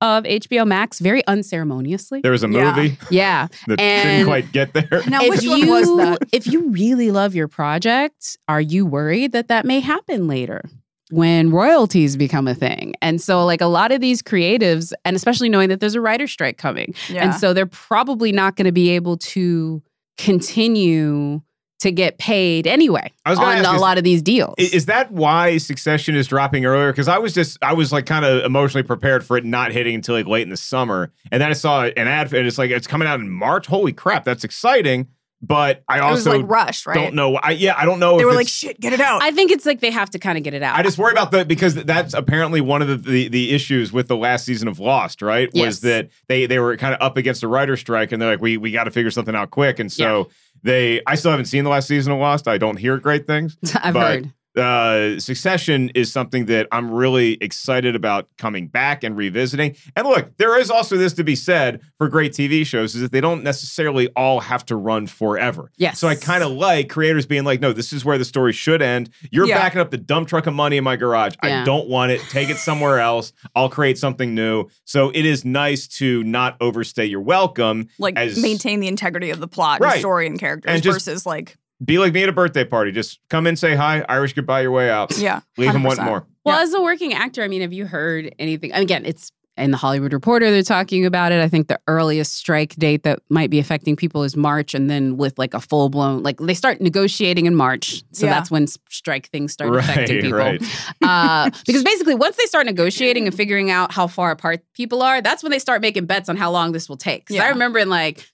Speaker 1: of hbo max very unceremoniously
Speaker 3: there was a
Speaker 2: Yeah.
Speaker 3: movie
Speaker 1: yeah
Speaker 3: that didn't
Speaker 1: And-
Speaker 3: quite get there.
Speaker 2: Now,
Speaker 1: if
Speaker 2: which
Speaker 1: you,
Speaker 2: one was that?
Speaker 1: if you really love your project, are you worried that that may happen later when royalties become a thing? And so, like a lot of these creatives, and especially knowing that there's a writer's strike coming,
Speaker 2: Yeah.
Speaker 1: and so they're probably not going to be able to continue to get paid anyway
Speaker 3: I was gonna
Speaker 1: on
Speaker 3: ask,
Speaker 1: a
Speaker 3: is-
Speaker 1: lot of these deals.
Speaker 3: I- Is that why Succession is dropping earlier? Because I was just, I was like kind of emotionally prepared for it not hitting until like late in the summer. And then I saw an ad and it's like, it's coming out in March. Holy crap, that's exciting. But I
Speaker 2: it was
Speaker 3: also
Speaker 2: like rushed, right?
Speaker 3: don't know. I, yeah, I don't know
Speaker 2: They
Speaker 3: if
Speaker 2: were
Speaker 3: it's,
Speaker 2: like, "Shit, get it out."
Speaker 1: I think it's like they have to kind of get it out.
Speaker 3: I just worry about the because that's apparently one of the, the, the issues with the last season of Lost, right? Was
Speaker 1: Yes.
Speaker 3: that they they were kind of up against a writer's strike and they're like, we we got to figure something out quick. And so they, I still haven't seen the last season of Lost. I don't hear great things.
Speaker 1: I've
Speaker 3: but
Speaker 1: heard.
Speaker 3: uh, Succession is something that I'm really excited about coming back and revisiting. And look, there is also this to be said for great TV shows is that they don't necessarily all have to run forever.
Speaker 1: Yes.
Speaker 3: So I kind of like creators being like, no, this is where the story should end. You're
Speaker 2: Yeah.
Speaker 3: backing up the dump truck of money in my garage. I
Speaker 1: Yeah.
Speaker 3: don't want it. Take it somewhere else. I'll create something new. So it is nice to not overstay your welcome.
Speaker 2: like
Speaker 3: as-
Speaker 2: maintain the integrity of the plot,
Speaker 3: Right.
Speaker 2: and story, and characters
Speaker 3: And just-
Speaker 2: versus like
Speaker 3: Be like me at a birthday party. Just come in, say hi, Irish goodbye your way out.
Speaker 2: yeah.
Speaker 3: Leave him one
Speaker 2: 100%.
Speaker 3: more.
Speaker 1: Well, as a working actor, I mean, have you heard anything? and Again, it's in the Hollywood Reporter, they're talking about it. I think the earliest strike date that might be affecting people is March. And then with like a full blown, like they start negotiating in March. So
Speaker 2: Yeah.
Speaker 1: that's when s- strike things start affecting people.
Speaker 3: right.
Speaker 1: Uh, because basically, once they start negotiating and figuring out how far apart people are, that's when they start making bets on how long this will take. 'Cause I
Speaker 2: Yeah.
Speaker 1: remember in like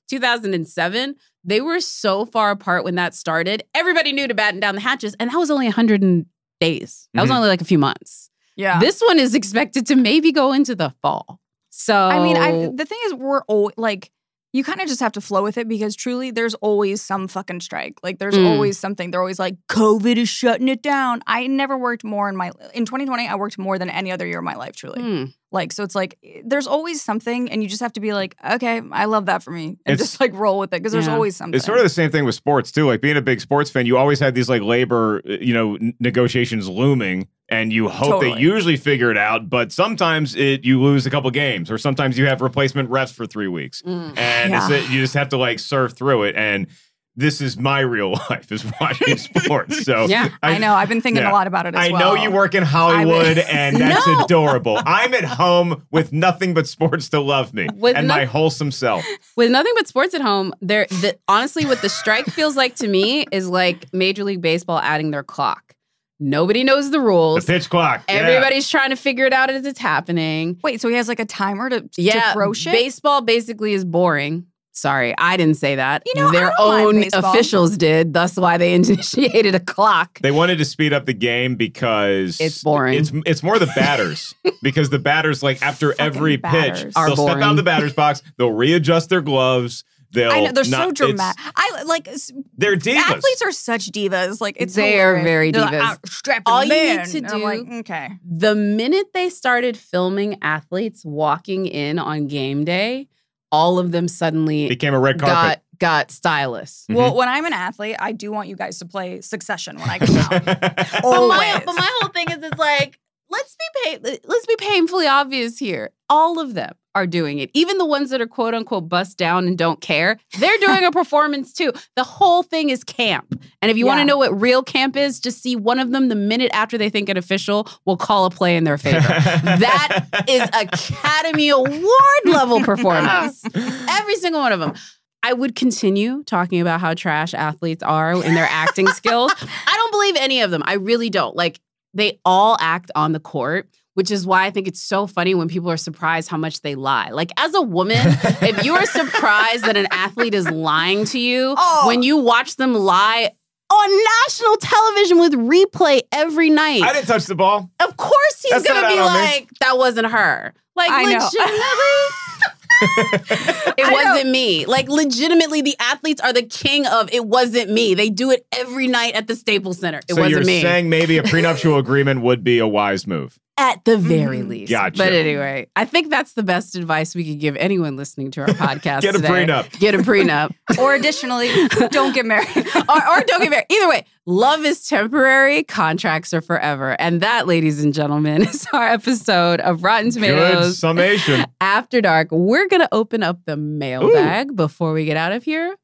Speaker 1: 2007, they were so far apart when that started. Everybody knew to batten down the hatches, and that was only 100 and days. That was
Speaker 3: Mhm.
Speaker 1: only like a few months.
Speaker 2: Mm-hmm. Yeah.
Speaker 1: This one is expected to maybe go into the fall. So
Speaker 2: I mean, I,
Speaker 1: Oh.
Speaker 2: the thing is, we're always like, you kind of just have to flow with it because truly, there's always some fucking strike. Like, there's
Speaker 1: Mm.
Speaker 2: always something. They're always like, COVID is shutting it down. I never worked more in my in 2020. I worked more than any other year of my life. Truly,
Speaker 1: Hmm.
Speaker 2: like, so it's like eh, there's always something, and you just have to be like, okay, I love that for me, and
Speaker 3: It's-
Speaker 2: just like roll with it because there's
Speaker 1: Yeah.
Speaker 2: always something.
Speaker 3: It's sort of the same thing with sports too. Like being a big sports fan, you always have these like labor, uh, you know, n- negotiations looming, and you hope they
Speaker 2: Totally.
Speaker 3: usually figure it out. But sometimes it you lose a couple games, or sometimes you have replacement refs for three weeks, and it's
Speaker 2: Mm, Yeah.
Speaker 3: that you just have to like surf through it. And this is my real life is watching sports. So
Speaker 1: Yeah,
Speaker 2: I, know. I've been thinking
Speaker 3: yeah.
Speaker 2: a lot about it as
Speaker 3: I
Speaker 2: well.
Speaker 3: know you work in Hollywood,
Speaker 2: I mean-
Speaker 3: and that's
Speaker 1: No.
Speaker 3: adorable. I'm at home with nothing but sports to love me
Speaker 1: With
Speaker 3: and my
Speaker 1: noth-
Speaker 3: wholesome self.
Speaker 1: with nothing but sports at home, there the, honestly what the strike feels like to me is like Major League Baseball adding their clock. Nobody knows the
Speaker 3: The
Speaker 1: rules.
Speaker 3: pitch clock. yeah.
Speaker 1: Everybody's trying to figure it out as it's happening.
Speaker 2: Wait, so he has like a timer to,
Speaker 1: Yeah,
Speaker 2: to throw shit?
Speaker 1: baseball basically is boring. Sorry, I didn't say that.
Speaker 2: You know, I
Speaker 1: their
Speaker 2: don't mind
Speaker 1: own
Speaker 2: baseball.
Speaker 1: officials did. That's why they initiated a clock.
Speaker 3: They wanted to speed up the game because
Speaker 1: It's boring.
Speaker 3: It's it's more the batters because the batters like after every pitch
Speaker 2: batters.
Speaker 1: Are
Speaker 3: they'll step out
Speaker 1: boring.
Speaker 3: of the batter's box, they'll readjust their gloves. They'll
Speaker 2: I know they're
Speaker 3: not-
Speaker 2: so
Speaker 3: it's-
Speaker 2: dramatic. I like s-
Speaker 3: They're divas.
Speaker 2: athletes are such divas. Like it's
Speaker 1: They are
Speaker 2: hilarious.
Speaker 1: very
Speaker 2: They're like,
Speaker 1: divas.
Speaker 2: "I'm strapping
Speaker 1: All you
Speaker 2: man,"
Speaker 1: need to
Speaker 2: and I'm
Speaker 1: do- Mm-hmm.
Speaker 2: like, okay.
Speaker 1: the minute they started filming athletes walking in on game day, all of them suddenly
Speaker 3: became a red
Speaker 1: got
Speaker 3: carpet. Mm-hmm.
Speaker 1: got stylists.
Speaker 2: Well, when I'm an athlete, I do want you guys to play Succession when I come out.
Speaker 1: But
Speaker 2: Always.
Speaker 1: my, but my whole thing is, it's like let's be pa- let's be painfully obvious here. All of them are doing it. Even the ones that are quote unquote bust down and don't care, they're doing a performance too. The whole thing is camp. And if you want to
Speaker 2: Yeah.
Speaker 1: know what real camp is, just see one of them the minute after they think an official will call a play in their favor. that is Academy Award level performance. Every single one of them. I would continue talking about how trash athletes are in their acting skills. I don't believe any of them. I really don't. Like they all act on the court, which is why I think it's so funny when people are surprised how much they lie. Like as a woman, if you are surprised that an athlete is lying to you
Speaker 2: Oh.
Speaker 1: when you watch them lie on national television with replay every night.
Speaker 3: I didn't touch the ball.
Speaker 1: Of course he's
Speaker 3: That's
Speaker 1: gonna
Speaker 3: not
Speaker 1: be
Speaker 3: out on me.
Speaker 1: like, that wasn't her. Like
Speaker 2: I know.
Speaker 1: legitimately. it
Speaker 2: I
Speaker 1: wasn't me. Like legitimately, the athletes are the king of it wasn't me. They do it every night at the Staples Center. It
Speaker 3: so
Speaker 1: wasn't
Speaker 3: you're
Speaker 1: me.
Speaker 3: saying maybe a prenuptial agreement would be a wise move.
Speaker 1: at
Speaker 2: Mm-hmm.
Speaker 1: the very least.
Speaker 3: Gotcha.
Speaker 1: But anyway, I think that's the best advice we could give anyone listening to our podcast.
Speaker 3: Get a
Speaker 1: today.
Speaker 3: prenup.
Speaker 1: Get a prenup.
Speaker 2: or additionally, don't get married.
Speaker 1: or, or don't get married. Either way, love is temporary, contracts are forever. And that, ladies and gentlemen, is our episode of Rotten
Speaker 3: Good
Speaker 1: Tomatoes.
Speaker 3: summation.
Speaker 1: after dark, we're going to open up the mailbag before we get out of here.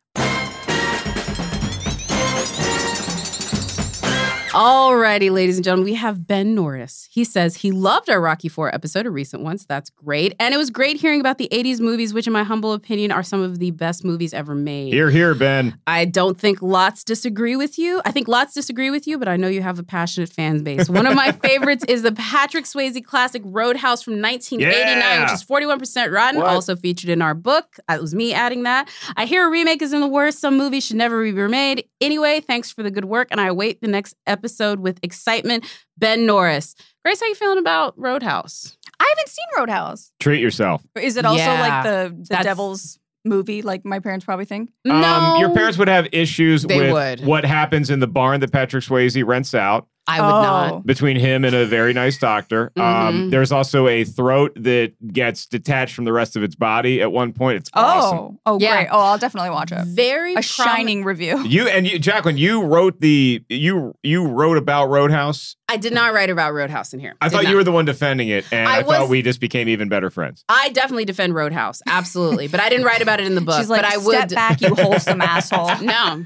Speaker 1: Alrighty, ladies and gentlemen, we have Ben Norris. He says he loved our Rocky Four episode, a recent one, so that's great. And it was great hearing about the 80s movies, which, in my humble opinion, are some of the best movies ever made.
Speaker 3: Here, here, Ben.
Speaker 1: I don't think lots disagree with you. I think lots disagree with you, but I know you have a passionate fan base. One of my favorites is the Patrick Swayze classic Roadhouse from 1989,
Speaker 3: Yeah.
Speaker 1: which is 41% rotten, also featured in our book. That was me adding that. I hear a remake is in the worst. Some movies should never be remade. Anyway, thanks for the good work, and I await the next episode with excitement. Ben Norris. Grace, how you feeling about Roadhouse?
Speaker 2: I haven't seen Roadhouse.
Speaker 3: Treat yourself.
Speaker 2: Is it also
Speaker 1: Yeah.
Speaker 2: like the the
Speaker 1: That's-
Speaker 2: devil's movie? Like my parents probably think.
Speaker 3: Um, your parents would have issues
Speaker 1: They
Speaker 3: with
Speaker 1: would.
Speaker 3: what happens in the barn that Patrick Swayze rents out.
Speaker 1: I would
Speaker 2: oh.
Speaker 1: not.
Speaker 3: between him and a very nice doctor. Um,
Speaker 1: Mhm.
Speaker 3: there's also a throat that gets detached from the rest of its body at one point. It's
Speaker 2: Oh,
Speaker 3: awesome.
Speaker 2: oh
Speaker 1: Yeah.
Speaker 2: great. Oh, I'll definitely watch it.
Speaker 1: Very
Speaker 2: A
Speaker 1: promi-
Speaker 2: shining review.
Speaker 3: You and you, Jacqueline, you wrote the you you wrote about Roadhouse.
Speaker 1: I did not write about Roadhouse in here.
Speaker 3: I
Speaker 1: Did
Speaker 3: thought
Speaker 1: not.
Speaker 3: you were the one defending it, and I,
Speaker 1: I
Speaker 3: thought
Speaker 1: was-
Speaker 3: we just became even better friends.
Speaker 1: I definitely defend Roadhouse, absolutely. But I didn't write about it in the book.
Speaker 2: She's like,
Speaker 1: but I
Speaker 2: step
Speaker 1: would.
Speaker 2: back, you wholesome asshole.
Speaker 1: No,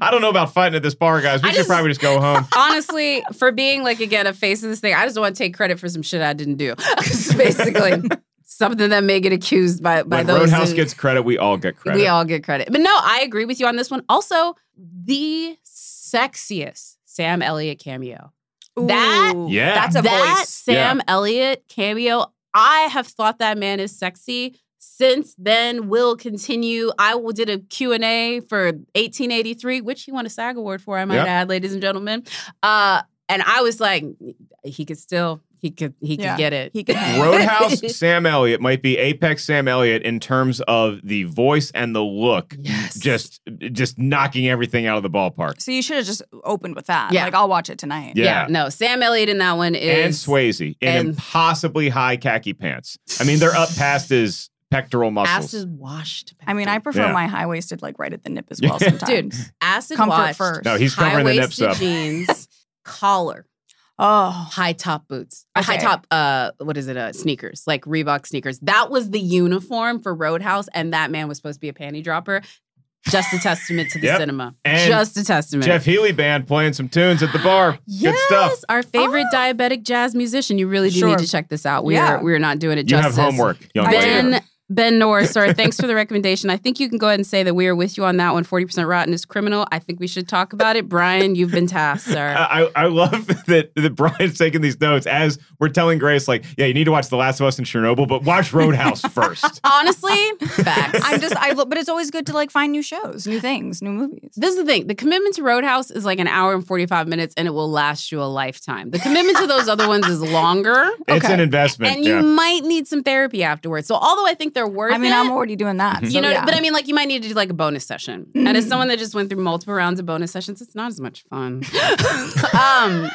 Speaker 3: I don't know about fighting at this bar, guys. We
Speaker 1: I
Speaker 3: should
Speaker 1: just-
Speaker 3: probably just go home.
Speaker 1: honestly, for being like again a face of this thing, I just want to take credit for some shit I didn't do. It's Basically, something that may get accused by by
Speaker 3: when
Speaker 1: those.
Speaker 3: Roadhouse
Speaker 1: who-
Speaker 3: gets credit, we all get credit.
Speaker 1: we all get credit. But no, I agree with you on this one. Also, the sexiest Sam Elliott cameo. That-
Speaker 2: Ooh,
Speaker 3: Yeah.
Speaker 2: That's a
Speaker 1: that
Speaker 2: voice.
Speaker 1: Sam Elliott cameo, I have thought that man is sexy. Since then, will continue. I will- did a Q&A for 1883, which he won a SAG award for, I might
Speaker 3: Yep.
Speaker 1: add, ladies and gentlemen. Uh, and I was like, he could still, he could, he could
Speaker 2: Yeah.
Speaker 1: get it.
Speaker 2: He could
Speaker 3: Roadhouse Sam Elliott might be apex Sam Elliott in terms of the voice and the look,
Speaker 1: yes.
Speaker 3: just just knocking everything out of the ballpark.
Speaker 2: So you should have just opened with that.
Speaker 1: Yeah.
Speaker 2: Like I'll watch it tonight.
Speaker 1: yeah.
Speaker 3: Yeah.
Speaker 1: No, Sam Elliott in that one is
Speaker 3: and Swayze in
Speaker 1: and-
Speaker 3: impossibly high khaki pants. I mean, they're up past his pectoral
Speaker 1: ass
Speaker 3: muscles.
Speaker 1: is washed.
Speaker 2: I mean, I prefer
Speaker 3: Yeah.
Speaker 2: my high waisted like right at the nip as well.
Speaker 3: Yeah.
Speaker 2: Sometimes,
Speaker 1: acid
Speaker 2: comfort
Speaker 1: washed,
Speaker 2: first.
Speaker 3: no, he's covering the nips
Speaker 1: high-waisted
Speaker 3: up.
Speaker 1: jeans, collar.
Speaker 2: Oh,
Speaker 1: high top boots, Uh, high
Speaker 2: Okay.
Speaker 1: top. Uh, what is it? Uh, sneakers, like Reebok sneakers. That was the uniform for Roadhouse, and that man was supposed to be a panty dropper. Just a testament to the
Speaker 3: Yep.
Speaker 1: cinema.
Speaker 3: And
Speaker 1: Just a testament.
Speaker 3: Jeff Healy band playing some tunes at the bar.
Speaker 1: Yes,
Speaker 3: Good stuff.
Speaker 1: our favorite diabetic jazz musician. You really do
Speaker 2: Sure.
Speaker 1: need to check this out. We're
Speaker 2: Yeah.
Speaker 1: we're not doing it
Speaker 3: You
Speaker 1: justice.
Speaker 3: have homework, young
Speaker 2: I
Speaker 3: lady.
Speaker 2: do.
Speaker 1: Ben Ben Norris, sorry, thanks for the recommendation. I think you can go ahead and say that we are with you on that one. Forty percent rotten is criminal. I think we should talk about it. Brian, you've been tasked, sir.
Speaker 3: I, I I love that, that Brian's taking these notes as we're telling Grace, like, yeah, you need to watch The Last of Us and Chernobyl, but watch Roadhouse first.
Speaker 1: Honestly, facts.
Speaker 2: I'm just I. lo- But it's always good to like find new shows, new things, new movies.
Speaker 1: This is the thing. The commitment to Roadhouse is like an hour and 45 minutes and it will last you a lifetime. The commitment to those other ones is longer.
Speaker 3: It's an investment.
Speaker 1: And you
Speaker 3: yeah.
Speaker 1: might need some therapy afterwards. So although I think they're worth
Speaker 2: I mean,
Speaker 1: it,
Speaker 2: I'm already doing
Speaker 3: Mm-hmm.
Speaker 2: that.
Speaker 1: you know, but I mean, like you might need to do like a bonus session. And as someone that just went through multiple rounds of bonus sessions, it's not as much fun. um,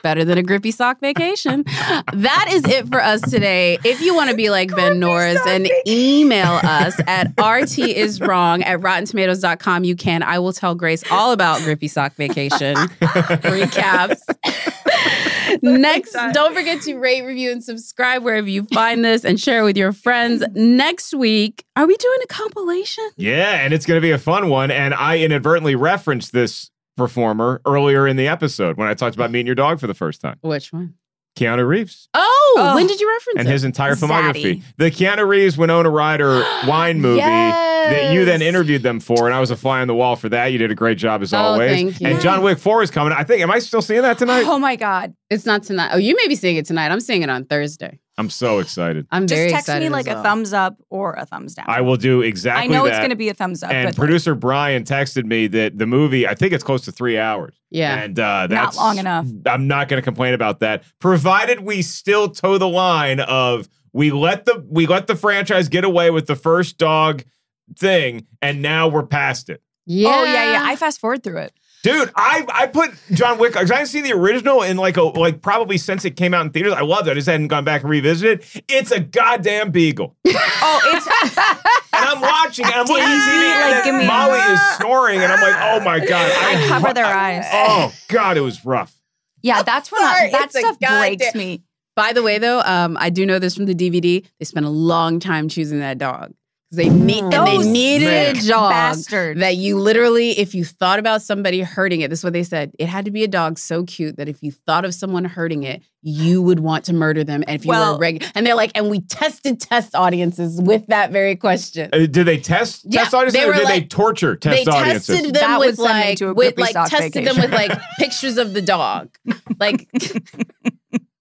Speaker 1: better than a grippy sock vacation. That is it for us today. If you want to be like Ben Norris and email us at rtiswrong at rottentomatoes.com, you can. I will tell Grace all about grippy sock vacation recaps. Next, don't forget to rate, review, and subscribe wherever you find this and share it with your friends. Next week, are we doing a compilation?
Speaker 3: Yeah, and it's going to be a fun one. And I inadvertently referenced this performer earlier in the episode when I talked about meeting your dog for the first time.
Speaker 1: Which one?
Speaker 3: Keanu Reeves
Speaker 1: Oh,
Speaker 2: Oh.
Speaker 1: when did you reference
Speaker 3: and
Speaker 1: it?
Speaker 3: his entire filmography.
Speaker 2: Zaddy.
Speaker 3: The Keanu Reeves Winona Ryder wine movie that you then
Speaker 2: Yes.
Speaker 3: interviewed them for. And I was a fly on the wall for that. You did a great job as
Speaker 1: Oh,
Speaker 3: always.
Speaker 1: thank you.
Speaker 3: And John Wick 4 is coming. I think, am I still seeing that tonight?
Speaker 2: oh my god!
Speaker 1: It's not tonight. Oh, you may be seeing it tonight. I'm seeing it on Thursday.
Speaker 3: I'm so excited.
Speaker 1: I'm
Speaker 2: Just
Speaker 1: very
Speaker 2: text
Speaker 1: excited.
Speaker 2: me like
Speaker 1: as
Speaker 2: a
Speaker 1: well.
Speaker 2: thumbs up or a thumbs down.
Speaker 3: I will do exactly
Speaker 2: I know it's
Speaker 3: that.
Speaker 2: going to be a thumbs up,
Speaker 3: And
Speaker 2: but like,
Speaker 3: producer Brian texted me that the movie, I think it's close to three hours.
Speaker 1: Yeah.
Speaker 3: And uh, that's
Speaker 2: long enough.
Speaker 3: I'm not going to complain about that, provided we still toe the line of we let the we let the franchise get away with the first dog thing, and now we're past it.
Speaker 1: Yeah.
Speaker 2: oh yeah, yeah. I fast forward through it.
Speaker 3: Dude, I I put John Wick because I didn't see the original in like a like probably since it came out in theaters. I loved it. I just hadn't gone back and revisited. it. It's a goddamn beagle.
Speaker 2: Oh, it's
Speaker 3: And I'm watching and I'm looking at the TV and
Speaker 2: Like,
Speaker 3: then
Speaker 2: give me-
Speaker 3: Molly is snoring and I'm like, oh my God.
Speaker 2: I cover their eyes.
Speaker 3: Oh God, it was rough.
Speaker 2: Yeah, that's when I,
Speaker 1: sorry,
Speaker 2: that
Speaker 1: it's a
Speaker 2: stuff breaks
Speaker 1: goddamn-
Speaker 2: me.
Speaker 1: By the way, though, um, I do know this from the DVD. They spent a long time choosing that dog because they need and they
Speaker 2: Mm. Those
Speaker 1: needed a
Speaker 3: sick
Speaker 1: dog
Speaker 2: bastards.
Speaker 1: that you literally, if you thought about somebody hurting it, this is what they said. It had to be a dog so cute that if you thought of someone hurting it, you would want to murder them. And if you were
Speaker 2: Well-
Speaker 1: a regular, and they're like, and we tested test audiences with that very question.
Speaker 3: Uh, did they test
Speaker 1: Yeah,
Speaker 3: test audiences
Speaker 1: they
Speaker 3: or
Speaker 1: were
Speaker 3: did they
Speaker 1: like-
Speaker 3: torture test
Speaker 1: they
Speaker 3: audiences?
Speaker 1: tested them
Speaker 2: That would
Speaker 1: with
Speaker 2: send me
Speaker 1: like,
Speaker 2: to a
Speaker 1: with
Speaker 2: grippy
Speaker 1: like
Speaker 2: sock
Speaker 1: tested them with like pictures of the dog, like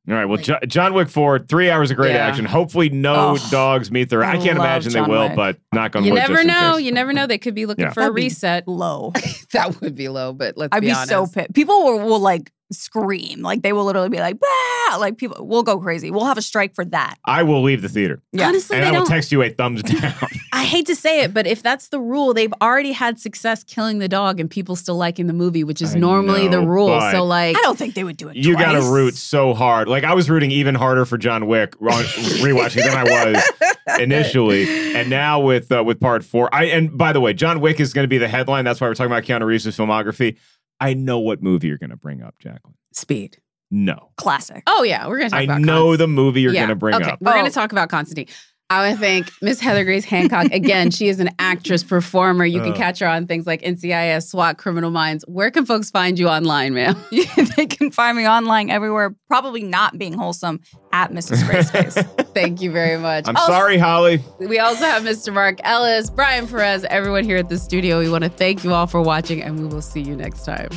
Speaker 3: All right. Well, Jo- John Wick Four, three hours of great
Speaker 1: Yeah.
Speaker 3: action. Hopefully, no
Speaker 2: Oh,
Speaker 3: dogs meet their. I,
Speaker 2: I
Speaker 3: can't
Speaker 2: love
Speaker 3: imagine
Speaker 2: John
Speaker 3: they will,
Speaker 2: Wick.
Speaker 3: but knock on
Speaker 1: you
Speaker 3: wood.
Speaker 1: never
Speaker 3: just in
Speaker 1: know.
Speaker 3: case.
Speaker 1: You never know. They could be looking
Speaker 3: Yeah.
Speaker 1: for a
Speaker 2: That'd be
Speaker 1: reset.
Speaker 2: Low.
Speaker 1: that would be low, but let's
Speaker 2: I'd be,
Speaker 1: be honest.
Speaker 2: so pissed. People will, will like scream. Like they will literally be like, bah! like people will go crazy. We'll have a strike for that.
Speaker 3: I will leave the theater,
Speaker 2: Yeah.
Speaker 1: Honestly,
Speaker 3: and
Speaker 1: they
Speaker 3: I will
Speaker 1: don't.
Speaker 3: text you a thumbs down.
Speaker 1: I hate to say it, but if that's the rule, they've already had success killing the dog and people still liking the movie, which is
Speaker 3: I
Speaker 1: normally the
Speaker 3: know,
Speaker 1: rule.
Speaker 3: but-
Speaker 1: So, like,
Speaker 2: I don't think they would do it.
Speaker 3: you got to
Speaker 2: twice.
Speaker 3: root so hard. Like I was rooting even harder for John Wick on rewatching than I was initially, and now with uh, with part four. I and by the way, John Wick is going to be the headline. That's why we're talking about Keanu Reeves' filmography. I know what movie you're going to bring up, Jacqueline.
Speaker 1: speed.
Speaker 3: No,
Speaker 2: Classic.
Speaker 1: Oh, yeah. We're going to talk
Speaker 3: I
Speaker 1: about
Speaker 3: know
Speaker 1: Constantine.
Speaker 3: the movie you're
Speaker 1: Yeah,
Speaker 3: going to bring
Speaker 1: okay,
Speaker 3: up.
Speaker 1: We're going
Speaker 2: Oh.
Speaker 1: to talk about Constantine. I want to thank Miss Heather Grace Hancock. Again, she is an actress, performer. You can
Speaker 3: Oh.
Speaker 1: catch her on things like NCIS, SWAT, Criminal Minds. Where can folks find you online, ma'am?
Speaker 2: they can find me online everywhere, probably not being wholesome at Mrs. Graceface.
Speaker 1: Thank you very much.
Speaker 3: I'm
Speaker 1: Also-
Speaker 3: sorry, Holly.
Speaker 1: We also have Mr. Mark Ellis, Brian Perez, everyone here at the studio. We want to thank you all for watching, and we will see you next time.